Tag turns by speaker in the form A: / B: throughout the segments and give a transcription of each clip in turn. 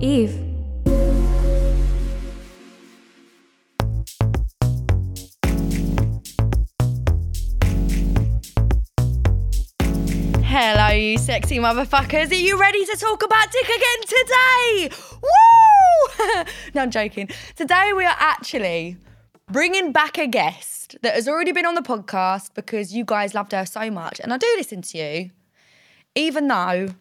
A: Eve.
B: Hello, you sexy motherfuckers. Are you ready to talk about dick again today? Woo! no, I'm joking. Today, we are actually bringing back a guest that has already been on the podcast because you guys loved her so much. And I do listen to you, even though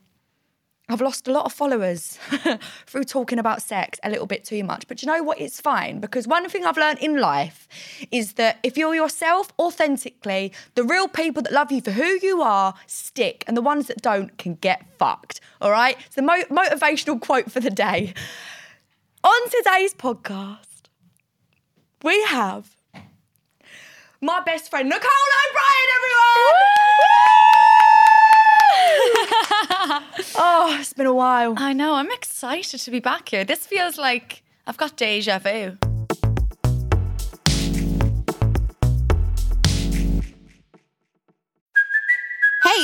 B: I've lost a lot of followers through talking about sex a little bit too much. But you know what? It's fine because one thing I've learned in life is that if you're yourself authentically, the real people that love you for who you are stick, and the ones that don't can get fucked. All right? It's the mo- motivational quote for the day. On today's podcast, we have my best friend, Nicole O'Brien, everyone! oh, it's been a while.
C: I know. I'm excited to be back here. This feels like I've got deja vu.
D: Hey,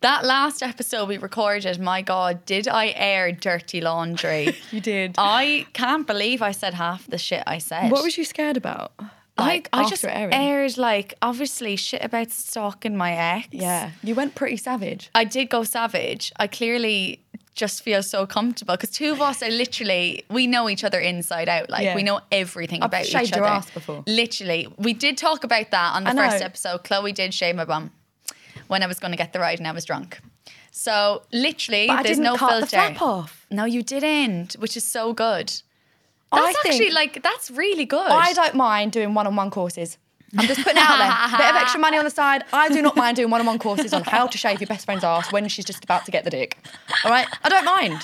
C: That last episode we recorded, my God, did I air dirty laundry?
B: You did.
C: I can't believe I said half the shit I said.
B: What was you scared about?
C: like? I just
B: after airing?
C: aired like obviously shit about stalking my ex.
B: Yeah, you went pretty savage.
C: I did go savage. I clearly just feel so comfortable because two of us are literally we know each other inside out. Like
B: Yeah.
C: we know everything
B: I've
C: about each other.
B: shaved your ass before.
C: Literally, we did talk about that on the
B: I know.
C: first episode. Chloe did shave my bum when I was going to get the ride and I was drunk. So literally,
B: But I
C: there's
B: didn't
C: no
B: cut
C: filter.
B: the flap off.
C: No, you didn't, which is so good.
B: I
C: That's
B: think-
C: actually like that's really good.
B: I don't mind doing one-on-one courses. I'm just putting it out there. Bit of extra money on the side. I do not mind doing one-on-one courses on how to shave your best friend's ass when she's just about to get the dick. All right, I don't mind.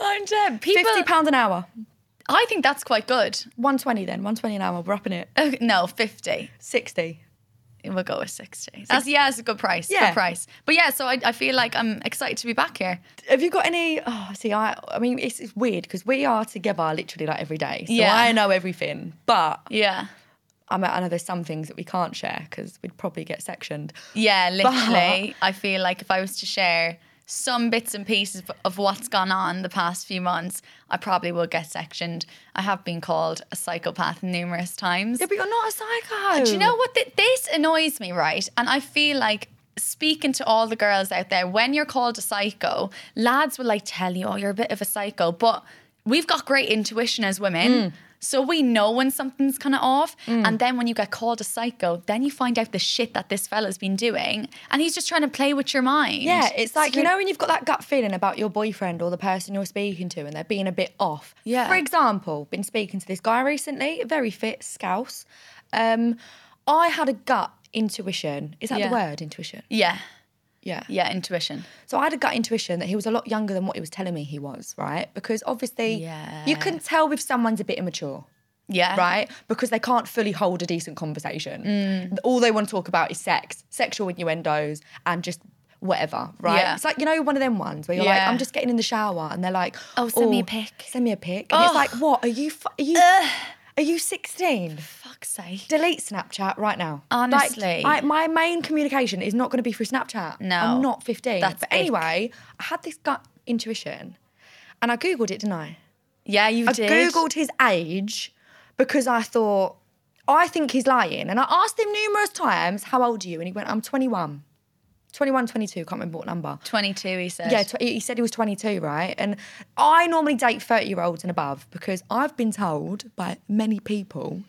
C: I'm dead. People,
B: Fifty pound an hour.
C: I think that's quite good.
B: One twenty then. One twenty an hour. We're upping it.
C: Okay, no, fifty.
B: Sixty.
C: We'll go with 60. That's, yeah, it's a good price.
B: Yeah.
C: Good price. But yeah, so I, I feel like I'm excited to be back here.
B: Have you got any? Oh, see, I. I mean, it's, it's weird because we are together literally like every day. So
C: Yeah.
B: I know everything, but
C: Yeah.
B: I, mean, I know there's some things that we can't share because we'd probably get sectioned.
C: Yeah, literally. I feel like if I was to share some bits and pieces of- of what's gone on the past few months, I probably will get sectioned. I have been called a psychopath numerous times.
B: Yeah, but you're not a psycho.
C: Do you know what? Th- this annoys me, right? And I feel like speaking to all the girls out there, when you're called a psycho,
B: Mm.
C: lads will like tell you, oh, you're a bit of a psycho. But we've got great intuition as women. So we know when something's kind of off. And then when you get called a psycho, then you find out the shit that this fella's been doing. And he's just trying to play with your mind.
B: Yeah, it's like, you know, when you've got that gut feeling about your boyfriend or the person you're speaking to and they're being a bit off.
C: Yeah.
B: For example, been speaking to this guy recently, very fit, scouse. Um, I had a gut intuition. Is that
C: Yeah.
B: the word, intuition?
C: Yeah.
B: Yeah.
C: Yeah, intuition.
B: So I had a gut intuition that he was a lot younger than what he was telling me he was, right? Because obviously you can tell if someone's a bit immature.
C: Yeah.
B: right? Because they can't fully hold a decent conversation.
C: Mm.
B: All they want to talk about is sex, sexual innuendos, and just whatever, right?
C: Yeah.
B: It's like, you know, one of them ones where you're like,
C: Yeah.
B: I'm just getting in the shower, and they're like,
C: Oh, send me a pic.
B: Send me a pic. And it's like, what? Are you, fu- are you, are you 16?
C: Fuck's sake.
B: Delete Snapchat right now. Like,
C: Honestly.
B: I, my main communication is not going to be through Snapchat.
C: No.
B: I'm not 15.
C: That's
B: but anyway, I had this gut intuition and I Googled it, didn't I?
C: Yeah, you
B: I
C: did.
B: googled his age because I thought I think he's lying, and I asked him numerous times, "How old are you?" And he went, "I'm 21, 21, 22. Can't remember what number."
C: 22, he said.
B: Yeah, tw- he said he was 22, right? And I normally date 30 year olds and above because I've been told by many people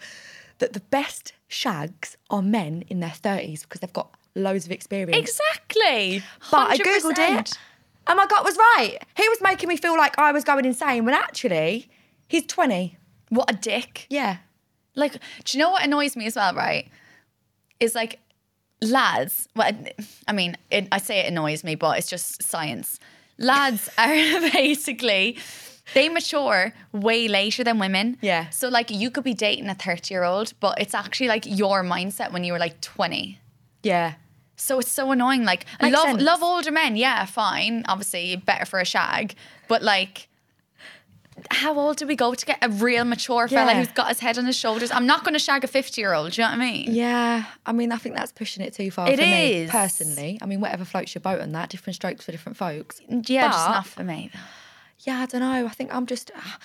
B: that the best shags are men in their 30s because they've got loads of experience.
C: Exactly.
B: But I googled it,
C: 100%.
B: and my gut was right. He was making me feel like I was going insane when actually he's 20.
C: What a dick.
B: Yeah.
C: Like, do you know what annoys me as well, right? Is like lads, well, I mean, it, I say it annoys me, but it's just science. Lads are basically, they mature way later than women.
B: Yeah.
C: So, like, you could be dating a 30 year old, but it's actually like your mindset when you were like 20.
B: Yeah.
C: So it's so annoying. Like I
B: Makes
C: love
B: sense.
C: love older men, yeah, fine. Obviously, better for a shag. But like, how old do we go to get a real mature fella
B: Yeah.
C: who's got his head on his shoulders? I'm not going to shag a fifty year old. Do you know what I mean?
B: Yeah. I mean, I think that's pushing it too far
C: It
B: for me
C: is.
B: personally. I mean, whatever floats your boat on that, different strokes for different folks.
C: Yeah, just
B: But-
C: not for me. though.
B: Yeah, I don't know. I think I'm just, ah,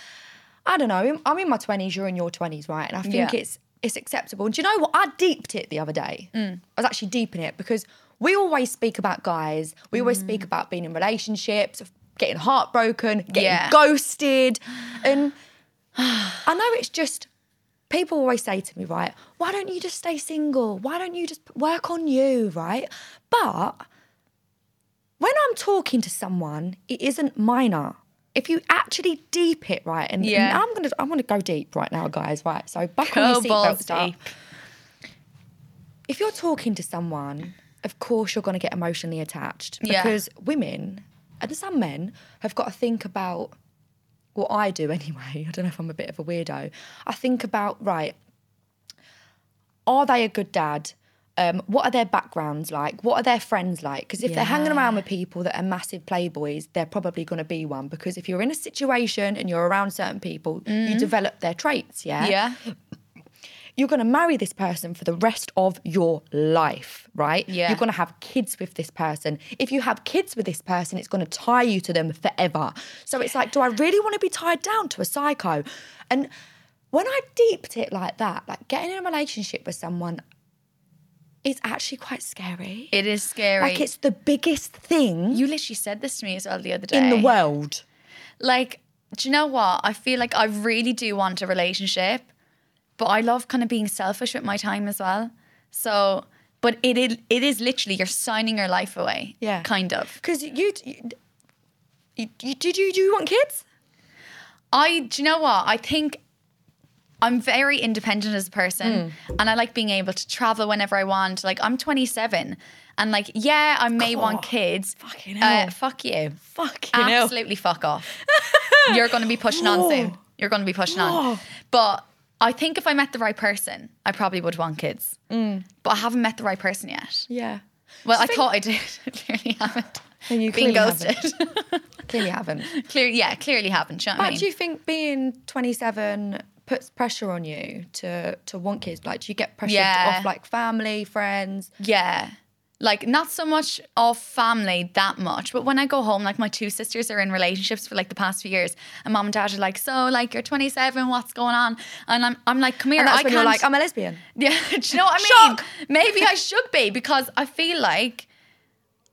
B: I don't know. I'm in my 20s, you're in your 20s, right? And I think
C: Yeah.
B: it's it's acceptable. And do you know what? I deeped it the other day.
C: Mm.
B: I was actually deeping it because we always speak about guys, we always
C: Mm.
B: speak about being in relationships, getting heartbroken, getting
C: Yeah.
B: ghosted. And I know it's just, people always say to me, right, why don't you just stay single? Why don't you just work on you, right? But when I'm talking to someone, it isn't minor. If you actually deep it right, and, and
C: Yeah.
B: I'm gonna I'm gonna go deep right now, guys. Right, so buckle
C: Go
B: your
C: balls
B: seatbelts up.
C: deep.
B: If you're talking to someone, of course you're gonna get emotionally attached
C: Yeah.
B: because women and some men have got to think about. Well, I do anyway. I don't know if I'm a bit of a weirdo. I think about right are they a good dad? Um, what are their backgrounds like? What are their friends like? Because if they're hanging around with people that are massive playboys, they're probably going to be one. Because if you're in a situation and you're around certain people, you develop their traits. Yeah.
C: Yeah,
B: You're going to marry this person for the rest of your life, right?
C: Yeah.
B: You're going to have kids with this person. If you have kids with this person, it's going to tie you to them forever. So it's like, do I really want to be tied down to a psycho? And when I deeped it like that, like getting in a relationship with someone is actually quite scary.
C: it is scary.
B: Like it's the biggest thing
C: you literally said this to me as well the other day
B: in the world.
C: like do you know what i feel like i really do want a relationship but i love kind of being selfish with my time as well so but it is, it is literally you're signing your life away
B: Yeah.
C: kind of
B: Because you, you, you, you, did you, do you want kids?
C: i do you know what i think i'm very independent as a person
B: Hmm.
C: and i like being able to travel whenever i want like i'm 27 and like yeah i may want kids
B: Fucking
C: uh,
B: hell.
C: fuck you
B: Fucking hell.
C: absolutely fuck off. You're going to be pushing on soon. You're going to be pushing on. But I think if I met the right person, I probably would want kids.
B: Hmm.
C: But I haven't met the right person yet.
B: Yeah.
C: Well, I thought I did. clearly haven't.
B: No, you
C: Being
B: clearly
C: ghosted.
B: Clearly haven't.
C: Clear, yeah, clearly haven't. Do you know what I
B: But
C: mean?
B: do you think being 27 puts pressure on you to to want kids? Like, do you get pressure
C: Yeah.
B: off like family, friends?
C: Yeah. Like not so much of family that much, but when I go home, like my two sisters are in relationships for like the past few years, and mom and dad are like, "So, like you're 27, what's going on?" And I'm, I'm like, "Come here,
B: And that's
C: I
B: when
C: can't."
B: you're like, I'm a lesbian.
C: Yeah, do you know what I mean?
B: Shock.
C: Maybe I should be because I feel like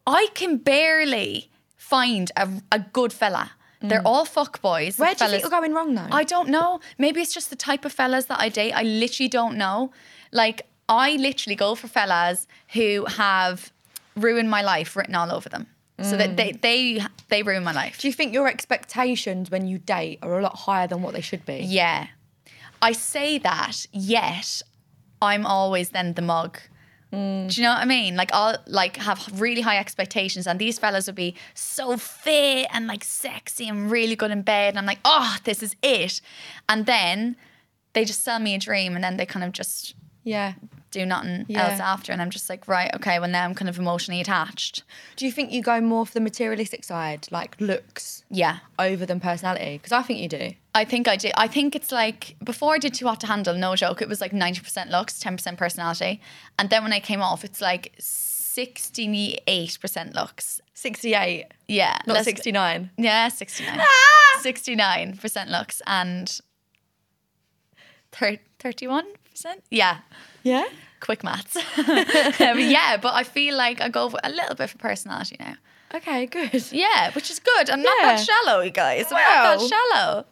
C: I can barely find a, a good fella. They're all fuck boys.
B: Mm. Where do you think you're going wrong, though?
C: I don't know. Maybe it's just the type of fellas that I date. I literally don't know. Like I literally go for fellas who have ruined my life written all over them. So
B: Mm.
C: that they they they ruin my life.
B: Do you think your expectations when you date are a lot higher than what they should be?
C: Yeah. I say that, yet I'm always then the mug. Do you know what I mean? Like I'll like have really high expectations, and these fellas will be so fit and like sexy and really good in bed, and I'm like, oh, this is it. And then they just sell me a dream, and then they kind of just
B: Yeah.
C: do nothing
B: Yeah.
C: else after, and I'm just like, right, okay, well now I'm kind of emotionally attached.
B: Do you think you go more for the materialistic side, like looks
C: Yeah,
B: over than personality? Because I think you do.
C: I think I did. I think it's like before I did Too Hot to Handle, no joke, it was like 90% looks, 10% personality. And then when I came off, it's like 68% looks.
B: 68,
C: Yeah.
B: not
C: let's-
B: 69.
C: Yeah, 69. Ah! 69% looks and thir- 31%? Yeah.
B: Yeah?
C: Quick maths. Um, yeah, but I feel like I go for a little bit for personality now.
B: Okay, good.
C: Yeah, which is good. I'm not
B: Yeah.
C: that shallow, you guys. I'm not
B: Wow.
C: that shallow.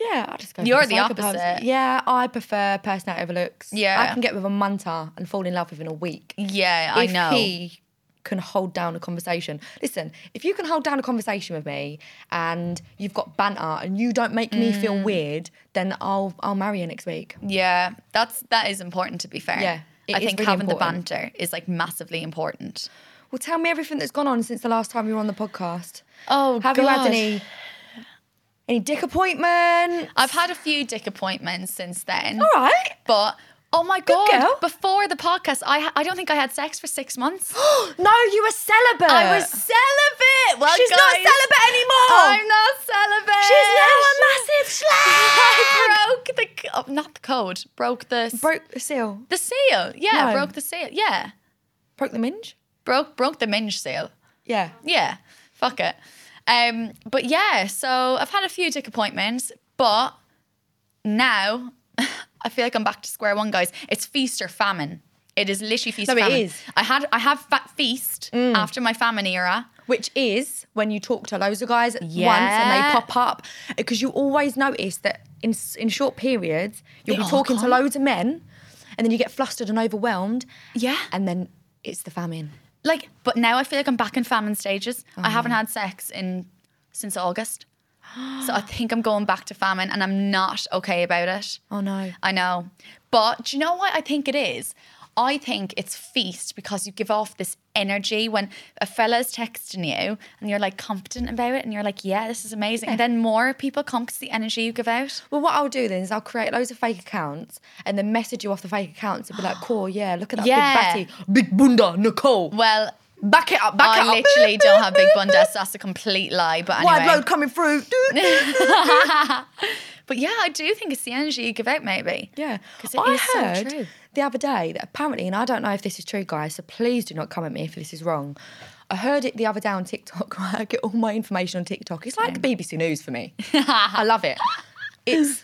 B: Yeah, I just go.
C: You're
B: for
C: the
B: psychopaths.
C: opposite.
B: Yeah, I prefer personality over looks.
C: Yeah.
B: I can get with a manta and fall in love within a week.
C: Yeah, I
B: if
C: know.
B: he can hold down a conversation. Listen, if you can hold down a conversation with me and you've got banter and you don't make me
C: Mm.
B: feel weird, then I'll I'll marry you next week.
C: Yeah, that's that is important to be fair.
B: Yeah, it
C: I
B: is
C: think
B: really
C: having
B: important.
C: the banter is like massively important.
B: Well, tell me everything that's gone on since the last time you were on the podcast.
C: Oh,
B: Have you had any any dick appointment?
C: I've had a few dick appointments since then.
B: All right.
C: but oh my
B: Good
C: god!
B: girl.
C: Before the podcast, I I don't think I had sex for six months.
B: No, you were celibate.
C: I was celibate. Well,
B: She's not
C: guys,
B: celibate anymore.
C: I'm not celibate.
B: She's Oh. now a massive slag.
C: I broke the c- oh, not the code. Broke the s-
B: Broke the seal.
C: the seal. Yeah,
B: No.
C: broke the seal. Yeah,
B: Broke the minge?
C: broke broke the minge seal.
B: Yeah.
C: Yeah, fuck it. Um, but yeah, so I've had a few dick appointments, but now I feel like I'm back to square one, guys. It's feast or famine. It is literally feast.
B: No,
C: or
B: it
C: famine.
B: is. Mm.
C: I had I have fa- feast after my famine era.
B: Which is when you talk to loads of guys at once and
C: Yeah.
B: they pop up. Because you always notice that in, s- in short periods, you'll
C: They
B: be
C: all
B: talking to
C: come.
B: loads of men and then you get flustered and overwhelmed.
C: Yeah.
B: And then it's the famine.
C: Like, but now I feel like I'm back in famine stages. I haven't had sex in since August. So I think I'm going back to famine and I'm not okay about it.
B: Oh no.
C: I know. But do you know what I think it is? I think it's feast because you give off this energy when a fella's texting you and you're like competent about it and you're like, yeah, this is amazing. And then more people come 'cause the energy you give out.
B: Well, what I'll do then is I'll create loads of fake accounts and then message you off the fake accounts and be like, cool, yeah, look at that
C: Yeah.
B: big batty. Big bunda, Nicole.
C: Well,
B: Back it up, back
C: I
B: it up.
C: literally don't have big bunda, so that's a complete lie. But anyway.
B: Wide load coming through.
C: But yeah, I do think it's the energy you give out, maybe.
B: Yeah,
C: Because it is
B: I
C: so
B: heard
C: true.
B: the other day that apparently, and I don't know if this is true, guys. So please do not come at me if this is wrong. I heard it the other day on TikTok. Right? I get all my information on TikTok. It's like BBC News for me. I love it. It's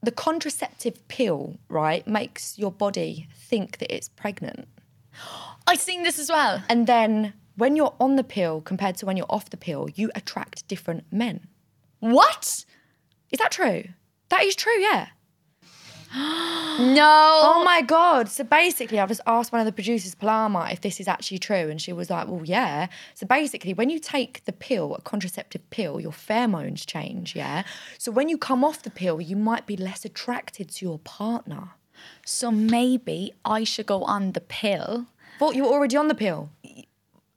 B: the contraceptive pill, right? Makes your body think that it's pregnant,
C: I've seen this as well.
B: and then when you're on the pill compared to when you're off the pill, you attract different men.
C: What?
B: Is that true? That is true. Yeah.
C: No.
B: Oh my god! So basically, I've just asked one of the producers, Palama, if this is actually true, and she was like, "Well, yeah." So basically, when you take the pill, a contraceptive pill, your pheromones change, yeah. So when you come off the pill, you might be less attracted to your partner.
C: So maybe I should go on the pill.
B: Thought you were already on the pill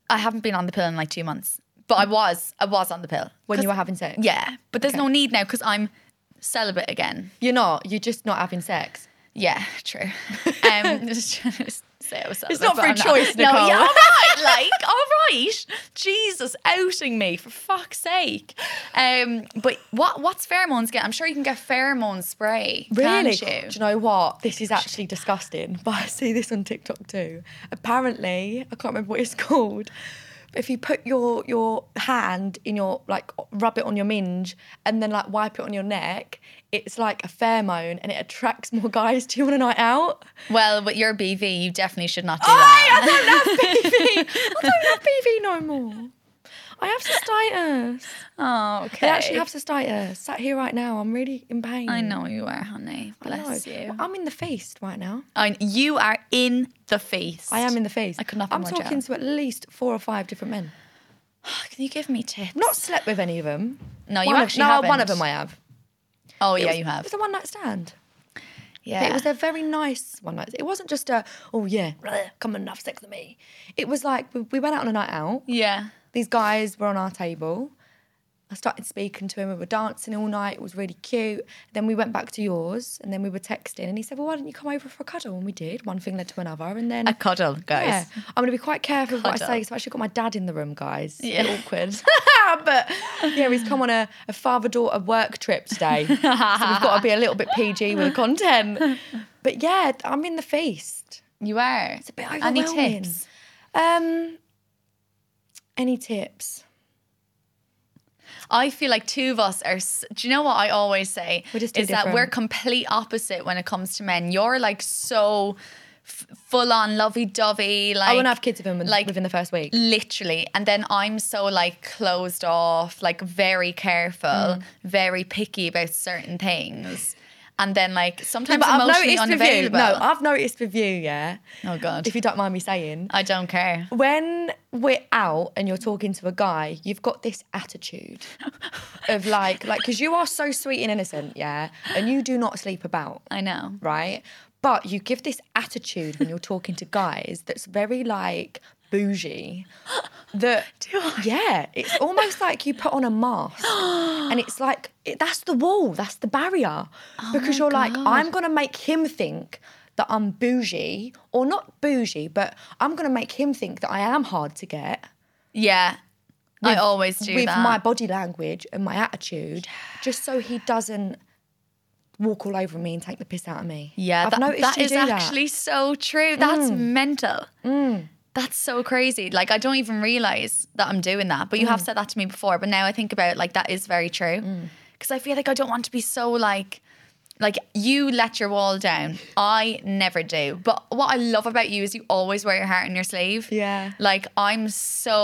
C: I haven't been on the pill in like two months, but I was. I was on the pill.
B: when
C: 'Cause-
B: you were having sex.
C: Yeah, but there's no need now because I'm celibate again.
B: you're not. You're just not having sex.
C: Yeah, true. Um, just trying to say I was celibate.
B: not
C: but
B: free
C: I'm
B: choice,
C: No,
B: Nicole.
C: yeah, all right, like, all right. Jesus, outing me for fuck's sake. Um, but what what's pheromones get? I'm sure you can get pheromone spray.
B: Really?
C: Can't you?
B: Do you know what? This is actually disgusting, but I see this on TikTok too. Apparently, I can't remember what it's called. But if you put your your hand in your like rub it on your minge and then like wipe it on your neck, it's like a pheromone and it attracts more guys to you on a night out.
C: Well, with your BV,
B: Oh,
C: you definitely should not do that.
B: I don't have BV no more. I have cystitis.
C: Oh, okay.
B: I actually have cystitis. Sat here right now. I'm really in pain.
C: I know you are, honey.
B: I know.
C: Bless you.
B: I'm in the face right now.
C: I, you are in the face.
B: I am in the face.
C: I could not be
B: I'm
C: more
B: talking
C: jealous.
B: to at least four or five different men.
C: Ah, Can you give me tips?
B: I've not slept with any of them.
C: No, you
B: one
C: actually
B: of, No, one
C: haven't.
B: of them I have.
C: Oh,
B: It
C: yeah,
B: was-
C: you
B: It
C: have.
B: was a one night stand.
C: Yeah.
B: It was a very nice one night. It wasn't just a oh yeah, bleh, come and have sex with me. It was like we, we went out on a night out.
C: yeah.
B: These guys were on our table. I started speaking to him. We were dancing all night. It was really cute. Then we went back to yours, and then we were texting. And he said, "Well, why don't you come over for a cuddle?" And we did. One thing led to another, and then
C: A cuddle, guys.
B: yeah, I'm going to be quite careful of what I say
C: Cuddle.
B: because I've actually got my dad in the room, guys. It's a
C: Yeah.
B: bit awkward. but yeah, he's come on a, a father daughter work trip today. so we've got to be a little bit PG with the content. But yeah, I'm in the feast.
C: You are.
B: It's a bit
C: Any
B: overwhelming.
C: tips?
B: Um, any tips?
C: I feel like two of us are. s- Do you know what I always say?
B: We're just too
C: is that we're
B: different.
C: complete opposite when it comes to men. You're like so f- full on lovey dovey. Like
B: I want to have kids with him in-
C: like-
B: within the first week.
C: Literally. And then I'm so like closed off, like very careful,
B: Mm.
C: very picky about certain things. And then like sometimes emotionally
B: with you.
C: unavailable.
B: No, I've noticed with you. Yeah.
C: oh god.
B: If you don't mind me saying,
C: I don't care.
B: when we're out and you're talking to a guy, you've got this attitude of like, like, because you are so sweet and innocent, yeah, and you do not sleep about,
C: I know.
B: right? But you give this attitude when you're talking to guys that's very like bougie. That yeah, it's almost like you put on a mask, and it's like it, that's the wall, that's the barrier,
C: Oh
B: because you're like, I'm gonna make him think that I'm bougie, or not bougie, but I'm gonna make him think that I am hard to get
C: Yeah. I always do
B: with
C: that.
B: my body language and my attitude, just so he doesn't walk all over me and take the piss out of me.
C: Yeah,
B: I've
C: that,
B: noticed
C: that
B: you
C: is
B: do Mm.
C: actually so true. That's mental. That's so crazy. Like I don't even realize that I'm doing that. But you
B: Mm.
C: have said that to me before. But now I think about it, like that is very true. Because I feel like I don't want to be so like. Like you let your wall down. I never do. But what I love about you is you always wear your heart on your sleeve.
B: Yeah.
C: Like I'm so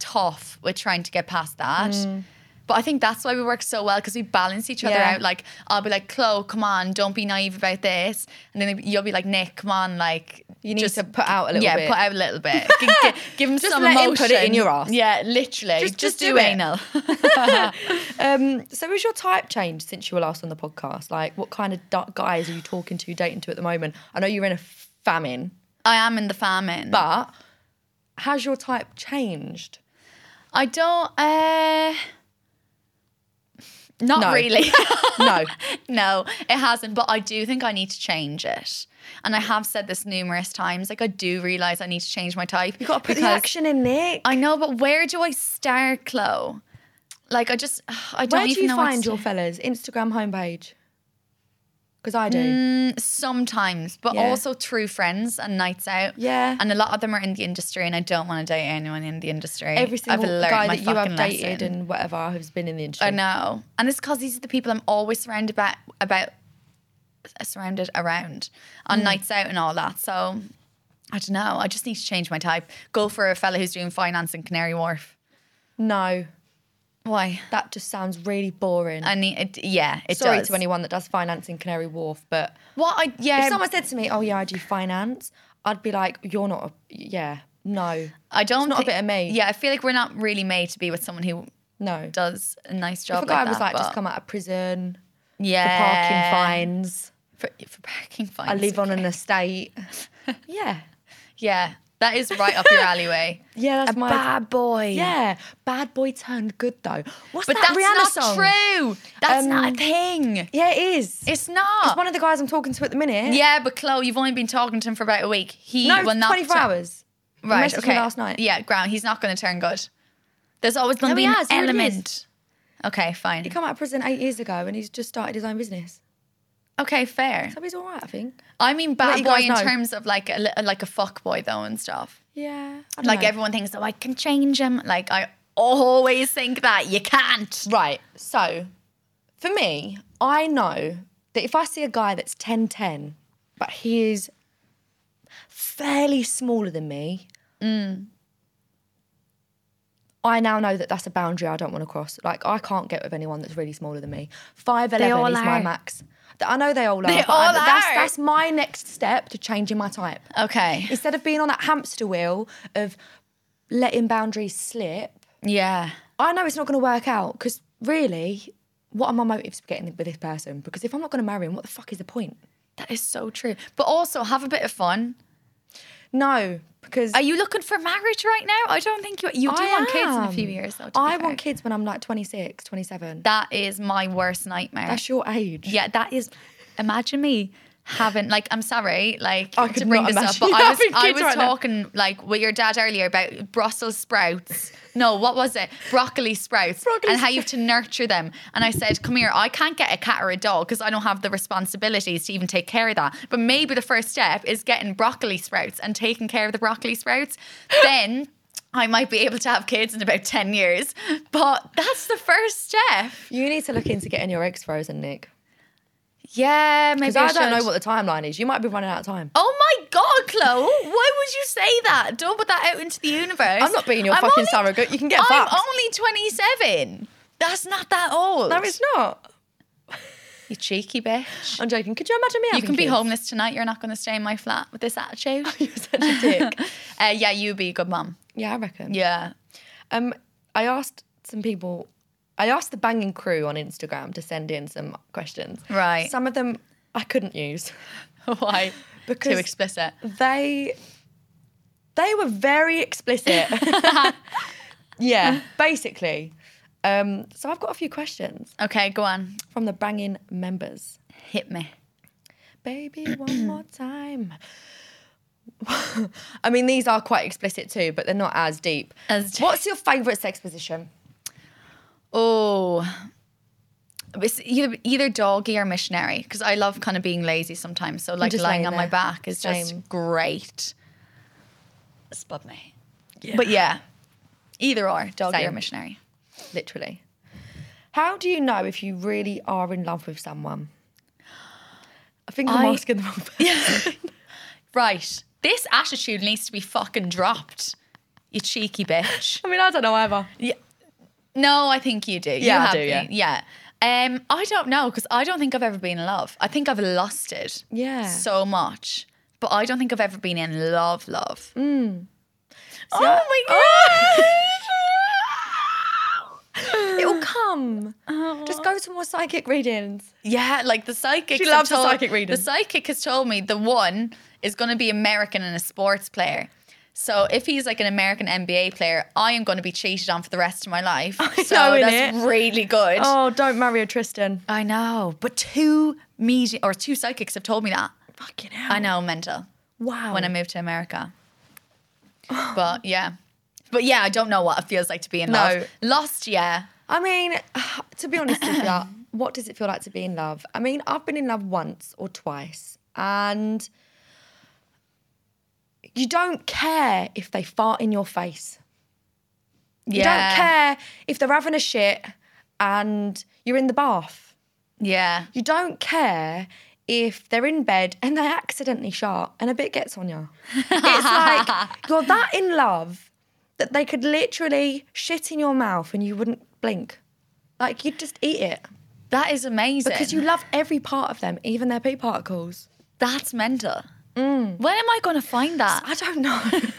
C: tough with trying to get past that.
B: Mm.
C: But I think that's why we work so well because we balance each other
B: Yeah.
C: out. Like I'll be like, Chloe, come on, don't be naive about this, and then you'll be like, Nick, come on, like
B: You need to put out a little
C: yeah,
B: bit.
C: put out a little bit. G- g- give him
B: Just
C: some
B: let him
C: emotion.
B: put it in your ass.
C: Yeah, literally.
B: Just-
C: Just,
B: just do
C: do,
B: it.
C: anal.
B: that. So, has your type changed since you were last on the podcast? Like, what kind of du- guys are you talking to, dating to at the moment? I know you're in a famine,
C: I am in the famine,
B: but has your type changed?
C: I don't. uh Not
B: No.
C: really.
B: No.
C: No, it hasn't. But I do think I need to change it. And I have said this numerous times. Like, I do realize I need to change my type.
B: You've got to put the action in, Nick.
C: I know, but where do I start, Chloe? Like, I just, I don't
B: Where do
C: even
B: you
C: know. what
B: find
C: to-
B: your fellas? Instagram homepage? Because I do.
C: Mm, sometimes, but
B: Yeah.
C: also through friends and nights out.
B: Yeah.
C: and a lot of them are in the industry, and I don't want to date anyone in the industry.
B: Every single
C: I've learned
B: guy
C: my
B: that you have
C: fucking
B: dated
C: lesson.
B: and whatever who's been in the industry.
C: I know, and it's because these are the people I'm always surrounded by, about, uh, surrounded around
B: Mm.
C: on nights out and all that. So I don't know. I just need to change my type. Go for a fella who's doing finance in Canary Wharf.
B: No,
C: Why?
B: that just sounds really boring.
C: I need. It, yeah, it
B: Sorry
C: does.
B: to anyone that does finance in Canary Wharf, but
C: What? I yeah.
B: if someone said to me, "Oh yeah, I do finance," I'd be like, "You're not, a, yeah, no,
C: I don't.
B: not a bit of me.
C: Yeah, I feel like we're not really made to be with someone who
B: no."
C: does a nice
B: If
C: job.
B: a guy
C: like that,
B: was like, "Just
C: but-
B: come out of prison, the
C: yeah,
B: parking fines,
C: for, for parking fines.
B: I live on
C: okay.
B: an estate," yeah,
C: yeah. That is right up your alleyway.
B: yeah, that's my
C: bad boy.
B: Yeah, bad boy turned good though. What's
C: But
B: that
C: that's
B: Rihanna
C: not
B: song?
C: true. That's
B: Um,
C: not a thing.
B: Yeah, it is.
C: It's
B: It's
C: not.
B: one of the guys I'm talking to at the minute.
C: yeah, but Chloe, you've only been talking to him for about a week. He
B: no,
C: will
B: it's
C: not.
B: 24
C: turn-
B: hours. He
C: Right.
B: messaged me
C: okay.
B: last night.
C: Yeah, ground. He's not going to turn good. There's always going to
B: No,
C: be
B: he
C: an
B: has. Here it is.
C: element. Okay,
B: He
C: fine.
B: came out of prison eight years ago and he's just started his own business.
C: Okay, fair.
B: So he's all right, I think.
C: I mean,
B: let
C: bad
B: you
C: boy
B: guys
C: in
B: know.
C: terms of like a, li- like a fuck boy though and stuff.
B: Yeah. I don't
C: Like
B: know.
C: everyone thinks, oh, I can change him. Like I always think that you can't.
B: Right. So for me, I know that if I see a guy that's 10 10, but he is fairly smaller than me, I now know that that's a boundary I don't want to cross. Like I can't get with anyone that's really smaller than me. Five
C: all
B: eleven is my
C: are.
B: max. Th- I know they all are.
C: They
B: but I-
C: all
B: that's,
C: are.
B: that's my next step to changing my type.
C: Okay.
B: Instead of being on that hamster wheel of letting boundaries slip,
C: Yeah.
B: I know it's not going to work out because really, what are my motives for getting with this person? Because if I'm not going to marry him, what the fuck is the point?
C: That is so true. But also have a bit of fun.
B: No, because
C: Are you looking for marriage right now? I don't think you you do
B: I
C: want kids in a
B: am.
C: few years though. to be
B: I
C: fair.
B: want kids when I'm like 26, 27.
C: That is my worst nightmare.
B: That's your age.
C: yeah, that is imagine me having like I'm sorry, like
B: I
C: to
B: could
C: bring
B: not
C: this up, but
B: imagine you
C: I was
B: having
C: I
B: kids
C: was
B: right now.
C: talking like with your dad earlier about Brussels sprouts. No, what was it? Broccoli sprouts.
B: Broccoli
C: and how you have to nurture them. And I said, Come here, I can't get a cat or a dog because I don't have the responsibilities to even take care of that. But maybe the first step is getting broccoli sprouts and taking care of the broccoli sprouts. then I might be able to have kids in about 10 years. But that's the first step.
B: You need to look into getting your eggs frozen, Nick.
C: Yeah, maybe
B: Because I, don't know what the timeline is. You might be running out of time.
C: Oh my God, Chloe! Why would you say that? Don't put that out into the universe.
B: I'm not being your fucking surrogate. You can get
C: Oh, I'm
B: fucked.
C: only 27. That's not that old.
B: No, it's not.
C: you cheeky bitch.
B: I'm joking. Could you imagine me?
C: You
B: having
C: can be
B: kids?
C: homeless tonight. You're not going to stay in my flat with this attitude.
B: You're such a dick.
C: uh, yeah, you be a good mum.
B: yeah, I reckon.
C: Yeah.
B: Um, I asked some people. I asked the banging crew on Instagram to send in some questions.
C: Right.
B: Some of them I couldn't use.
C: Why?
B: Because-
C: Too explicit.
B: They they were very explicit. yeah, basically. Um, so I've got a few questions
C: Okay, go on.
B: from the banging members.
C: Hit me.
B: Baby, one more time. I mean, these are quite explicit too, but they're not as deep.
C: As deep.
B: What's your favourite sex position?
C: Oh, it's either, either doggy or missionary because I love kind of being lazy sometimes. So like
B: just
C: lying
B: laying
C: on my
B: there.
C: back is
B: Same.
C: just great. Spud me. But yeah, either or doggy or
B: Same.
C: missionary.
B: Literally. How do you know if you really are in love with someone? I think I'm
C: I-
B: asking the wrong person.
C: Right, this attitude needs to be fucking dropped. You cheeky bitch.
B: I mean, I don't know either.
C: No, I think you do. You
B: Yeah, I
C: have
B: do, yeah.
C: been, Yeah. Um, I don't know because I don't think I've ever been in love. I think I've lusted
B: Yeah.
C: so much, but I don't think I've ever been in love, love.
B: Mm. oh my god! It'll come. Just go to more psychic readings.
C: Yeah, like the psychic.
B: She loves the psychic reading.
C: The psychic has told me the one is going to be American and a sports player. So if he's like an American NBA player, I am going to be cheated on for the rest of my life. so
B: know, innit?
C: that's really good.
B: Oh, don't marry a Tristan.
C: I know, but two media or two psychics have told me that.
B: Fucking hell.
C: I know, mental.
B: Wow.
C: When I moved to America. but yeah. But yeah, I don't know what it feels like to be in
B: No.
C: love. Lost, yeah.
B: I mean, to be honest with you, what does it feel like to be in love? I mean, I've been in love once or twice, and you don't care if they fart in your face. You
C: Yeah.
B: don't care if they're having a shit and you're in the bath.
C: Yeah.
B: You don't care if they're in bed and they accidentally shart and a bit gets on you. It's like you're that in love that they could literally shit in your mouth and you wouldn't blink. Like you'd just eat it
C: That is amazing.
B: because you love every part of them, even their pee particles.
C: That's mental.
B: Mm.
C: When am I going to find that?
B: I don't know. I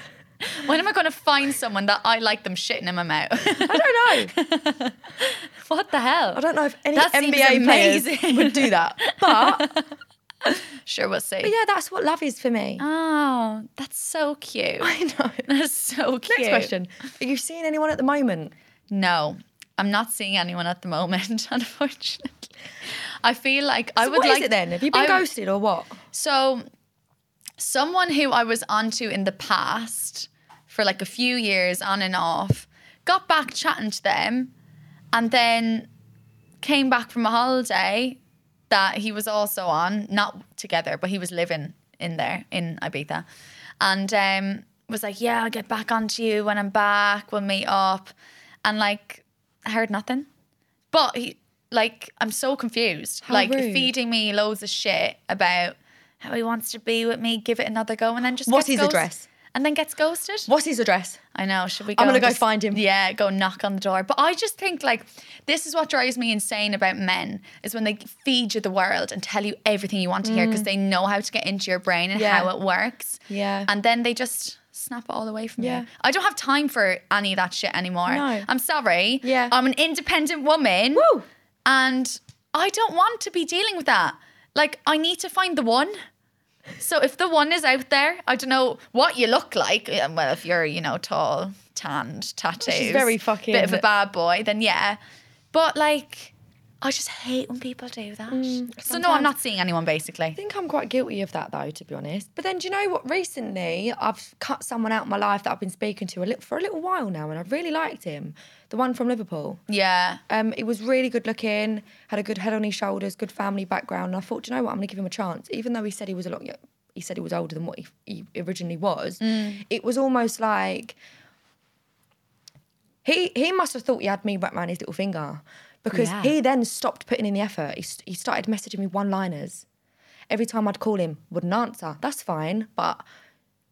C: When am I going to find someone that I like them shitting in my mouth?
B: don't know.
C: what the hell?
B: I don't know if any
C: That seems
B: NBA players
C: amazing.
B: would do that. But,
C: Sure, we'll see.
B: but yeah, that's what love is for me.
C: Oh, that's so cute.
B: I know.
C: That's so cute.
B: Next question. Are you seeing anyone at the moment?
C: No, I'm not seeing anyone at the moment, unfortunately. I feel like I
B: So
C: would
B: what is
C: like
B: it then? Have you been
C: I-
B: ghosted or what?
C: So, someone who I was onto in the past for like a few years on and off got back chatting to them and then came back from a holiday that he was also on, not together, but he was living in there in Ibiza. And um, was like, Yeah, I'll get back onto you when I'm back, we'll meet up. And like, I heard nothing. But he, like, I'm so confused. like,
B: rude.
C: feeding me loads of shit about how he wants to be with me, give it another go, and then just
B: What's
C: gets
B: his
C: ghost-
B: address?
C: and then gets ghosted.
B: What's his address?
C: I know. Should we? Go
B: I'm gonna
C: and
B: go
C: just-
B: find him.
C: Yeah, go knock on the door. But I just think like this is what drives me insane about men is when they feed you the world and tell you everything you want to hear because they know how to get into your brain and
B: Mm. Yeah.
C: how it works.
B: Yeah.
C: and then they just snap it all away from
B: Yeah.
C: you. I don't have time for any of that shit anymore.
B: No.
C: I'm sorry.
B: Yeah.
C: I'm an independent woman.
B: Woo.
C: And I don't want to be dealing with that. Like I need to find the one. So if the one is out there, I don't know what you look like. Yeah, Well, if you're, you know, tall, tanned, tattoos,
B: very fucking-
C: bit of a bad boy, then yeah. But like, I just hate when people do that.
B: Mm.
C: so no, I'm not seeing anyone basically.
B: I think I'm quite guilty of that though, to be honest. But then, do you know what? Recently, I've cut someone out of my life that I've been speaking to a little, for a little while now, and I really liked him. The one from Liverpool.
C: Yeah,
B: Um, he was really good looking, had a good head on his shoulders, good family background. And I thought, do you know what? I'm going to give him a chance, even though he said he was a lot. yo- He said he was older than what he, he originally was. It was almost like he he must have thought he had me wrapped around his little finger because
C: Yeah.
B: he then stopped putting in the effort. He, st- he started messaging me one liners. Every time I'd call him, wouldn't answer. That's fine, but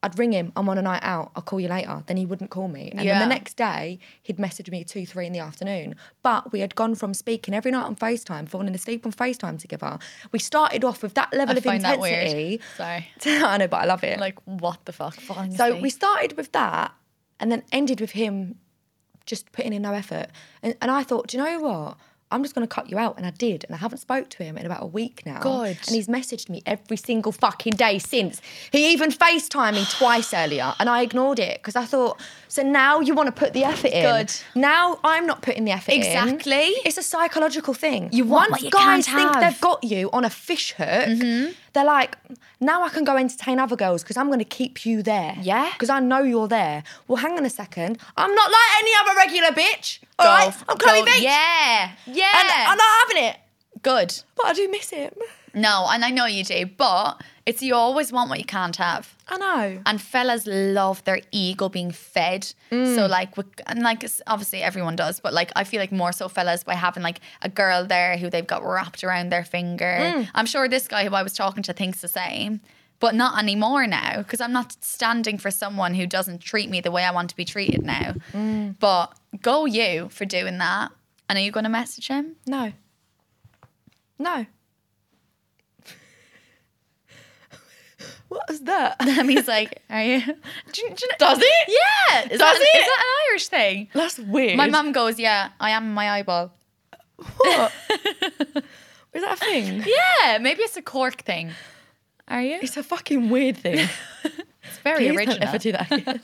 B: I'd ring him. I'm on a night out. I'll call you later. Then he wouldn't call me. And then
C: Yeah.
B: the next day, he'd message me at two, three in the afternoon. But we had gone from speaking every night on FaceTime, falling asleep on FaceTime together. We started off with that level
C: I
B: of
C: find that weird.
B: intensity.
C: Sorry.
B: I know, but I love it.
C: like what the fuck? Falling
B: So
C: asleep.
B: we started with that and then ended with him just putting in no effort. And, and I thought, do you know what? I'm just going to cut you out. And I did. And I haven't spoke to him in about a week now.
C: Good.
B: And he's messaged me every single fucking day since. He even FaceTimed me twice earlier and I ignored it because I thought, so now you want to put the effort in.
C: Good.
B: Now I'm not putting the effort in.
C: Exactly.
B: It's a psychological thing.
C: You want what
B: Once
C: you can't
B: guys think
C: have. Mm-hmm.
B: they've got you on a fish hook, they're like, now I can go entertain other girls because I'm going to keep you there.
C: Yeah.
B: Because I know you're there. Well, hang on a second. I'm not like any other regular bitch. All
C: Go.
B: right? I'm Chloe
C: Go.
B: Beach.
C: Yeah, yeah.
B: And I'm not having it.
C: good.
B: But I do miss him.
C: No, and I know you do, but it's you always want what you can't have.
B: I know.
C: And fellas love their ego being fed. So like, with, and like, it's- obviously everyone does, but like, I feel like more so fellas by having like a girl there who they've got wrapped around their finger. I'm sure this guy who I was talking to thinks the same, but not anymore now because I'm not standing for someone who doesn't treat me the way I want to be treated now. But go you for doing that. And are you going to message him?
B: No. No. what was that?
C: And he's like, "Are you?" Do you- do you know-
B: Does it?
C: Yeah. Is that
B: Does
C: an,
B: it?
C: is that an Irish thing?
B: That's weird.
C: My mum goes, "Yeah, I am my eyeball."
B: Is that a thing?
C: Yeah, maybe it's a Cork thing. Are you?
B: It's a fucking weird thing.
C: It's very
B: Please don't
C: original.
B: ever do that again.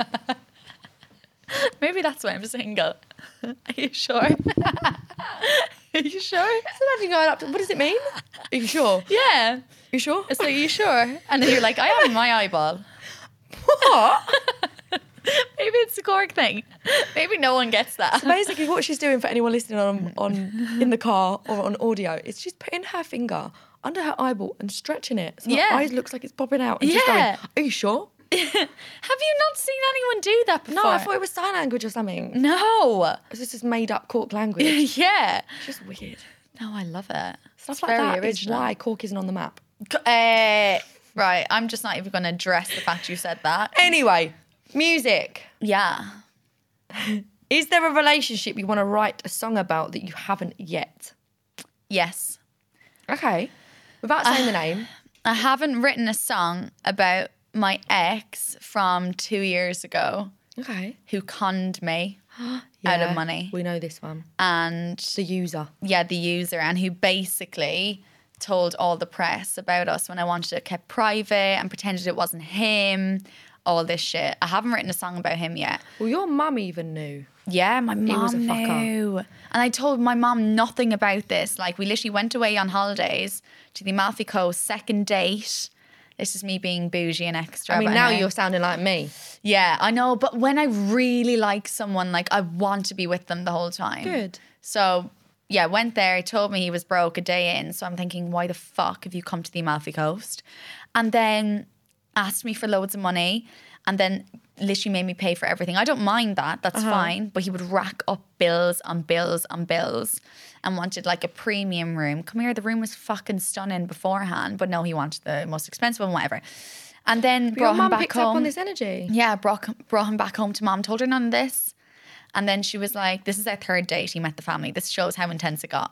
C: Maybe that's why I'm single. Are you sure? Are you sure?
B: Imagine going up to, what does it mean? Are you sure?
C: Yeah.
B: You sure?
C: It's like, are you sure? And then you're like, I am my eyeball.
B: What?
C: Maybe it's a Cork thing. Maybe no one gets that.
B: Basically, what she's doing for anyone listening on, on in the car or on audio is she's putting her finger under her eyeball and stretching it. So
C: Yeah.
B: her eyes looks like it's popping out. And she's
C: Yeah.
B: going, Are you sure?
C: Have you not seen anyone do that before?
B: No, I thought it was sign language or something.
C: No.
B: This is made up cork language.
C: yeah.
B: it's just weird.
C: No, I love it.
B: Stuff
C: It's
B: like
C: very
B: that is
C: original.
B: why cork isn't on the map.
C: Uh, right, I'm just not even going to address the fact you said that.
B: Anyway, music.
C: Yeah.
B: Is there a relationship you want to write a song about that you haven't yet?
C: Yes.
B: Okay. Uh, Without saying the name.
C: I haven't written a song about my ex from two years ago
B: Okay.
C: who conned me out
B: Yeah,
C: of money.
B: We know this one.
C: And
B: The user.
C: yeah, the user and who basically told all the press about us when I wanted it kept private and pretended it wasn't him, all this shit. I haven't written a song about him yet.
B: Well, your mum even knew.
C: Yeah, my mom
B: was a fucker.
C: knew. And I told my mom nothing about this. Like we literally went away on holidays to the Amalfi Coast, second date. This is me being bougie and extra.
B: I mean,
C: but
B: now
C: know.
B: you're sounding like me.
C: Yeah, I know. But when I really like someone, like I want to be with them the whole time.
B: Good.
C: So yeah, went there. He told me he was broke a day in. So I'm thinking, why the fuck have you come to the Amalfi Coast? And then asked me for loads of money, and then literally made me pay for everything. I don't mind that. That's
B: Uh-huh.
C: fine. But he would rack up bills on bills on bills, and wanted like a premium room. Come here, the room was fucking stunning beforehand. But no, he wanted the most expensive one, whatever. And then
B: But
C: brought
B: your
C: him
B: mum
C: back
B: picked
C: home.
B: up on this energy.
C: Yeah, brought, brought him back home to mom, told her none of this. And then she was like, This is our third date. He met the family. This shows how intense it got.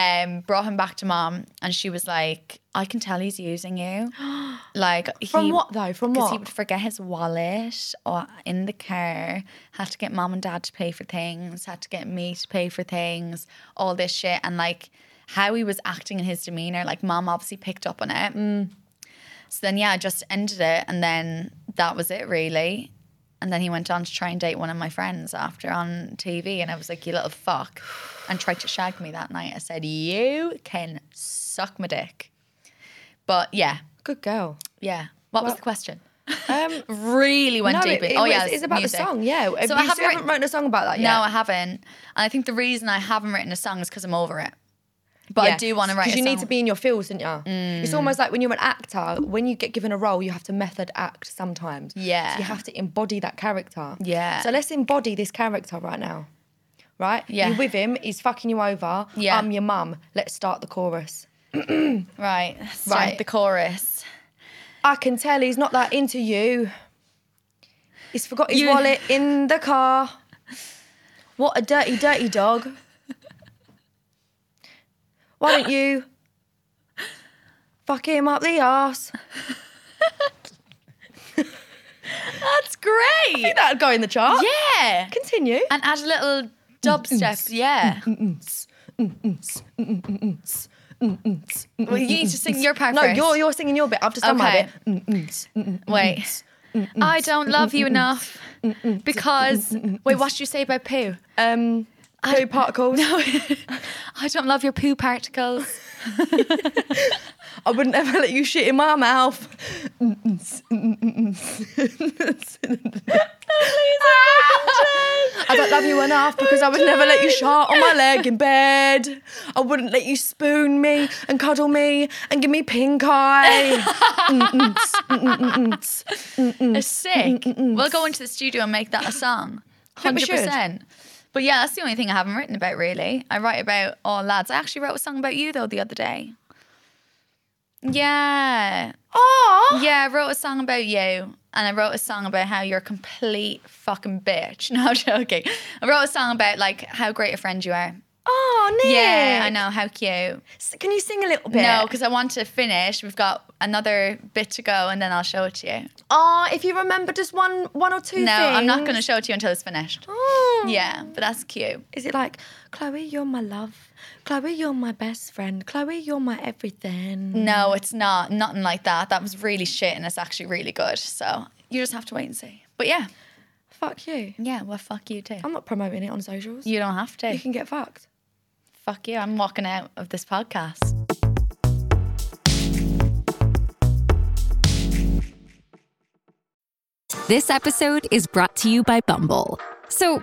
C: Um, brought him back to mom, and she was like, I can tell he's using you. Like,
B: From
C: he-
B: what, though? From
C: because he
B: what?
C: would forget his wallet or in the car, had to get mom and dad to pay for things, had to get me to pay for things, all this shit. And like, how he was acting in his demeanor, like, mom obviously picked up on it.
B: Mm.
C: So then, yeah, I just ended it. And then that was it, really. And then he went on to try and date one of my friends after on TV. And I was like, you little fuck. And tried to shag me that night. I said, you can suck my dick. But yeah,
B: Good girl.
C: yeah. What was the question?
B: Um,
C: Really went
B: no,
C: deep. in-
B: it- it
C: oh,
B: was-
C: yeah.
B: it's about the
C: music.
B: song, yeah. Have
C: So
B: you-
C: I
B: so you
C: haven't
B: haven't written a song about that yet?
C: No, I haven't. And I think the reason I haven't written a song is because I'm over it. But I do want to write a
B: Because
C: song. Mm.
B: you need to be in your fields, don't you? It's almost like when you're an actor, when you get given a role, you have to method act sometimes.
C: Yeah.
B: So you have to embody that character.
C: Yeah.
B: So let's embody this character right now. Right?
C: Yeah.
B: You're with him, he's fucking you over.
C: Yeah.
B: I'm your mum. Let's start the chorus.
C: Right. Right.
B: Right.
C: The chorus.
B: I can tell he's not that into you. He's forgot his
C: You-
B: wallet in the car. What a dirty, dirty dog. Why don't you fuck him up the arse?
C: That's great.
B: That'd go in the chart.
C: Yeah.
B: Continue.
C: And add a little dubstep. Yeah. Well, you need to sing your part
B: No,
C: first.
B: you're you're singing your bit. I've just done my
C: Okay.
B: bit. Mm,
C: Wait. I don't love you enough because. Wait, what did you say about poo?
B: Um, poo particles.
C: I don't love your poo particles.
B: I wouldn't ever let you shit in my mouth. Mm, I don't love you enough because I would never let you shart on my leg in bed. I wouldn't let you spoon me and cuddle me and give me pink eye.
C: It's
B: Mm,
C: sick. We'll go into the studio and make that a song.
B: think we should.
C: 100%. But yeah, that's the only thing I haven't written about, really. I write about all lads. I actually wrote a song about you, though, the other day. Yeah.
B: Aw.
C: Yeah, I wrote a song about you, and I wrote a song about how you're a complete fucking bitch. No, I'm joking. I wrote a song about like how great a friend you are.
B: Oh, Nick.
C: Yeah, I know how cute.
B: S- Can you sing a little bit?
C: No, because I want to finish. We've got another bit to go, and then I'll show it to you.
B: Oh, if you remember just one, one or two.
C: no, I'm not going to
B: things.
C: show it to you until it's finished.
B: Oh.
C: Yeah, but that's cute.
B: Is it like, Chloe, you're my love. Chloe, you're my best friend. Chloe, you're my everything.
C: No, it's not. Nothing like that. That was really shit, and it's actually really good. So you just have to wait and see. But yeah,
B: Fuck you.
C: yeah. Well, fuck you too.
B: I'm not promoting it on socials.
C: You don't have to.
B: You can get fucked.
C: Fuck you. I'm walking out of this podcast.
A: This episode is brought to you by Bumble. So,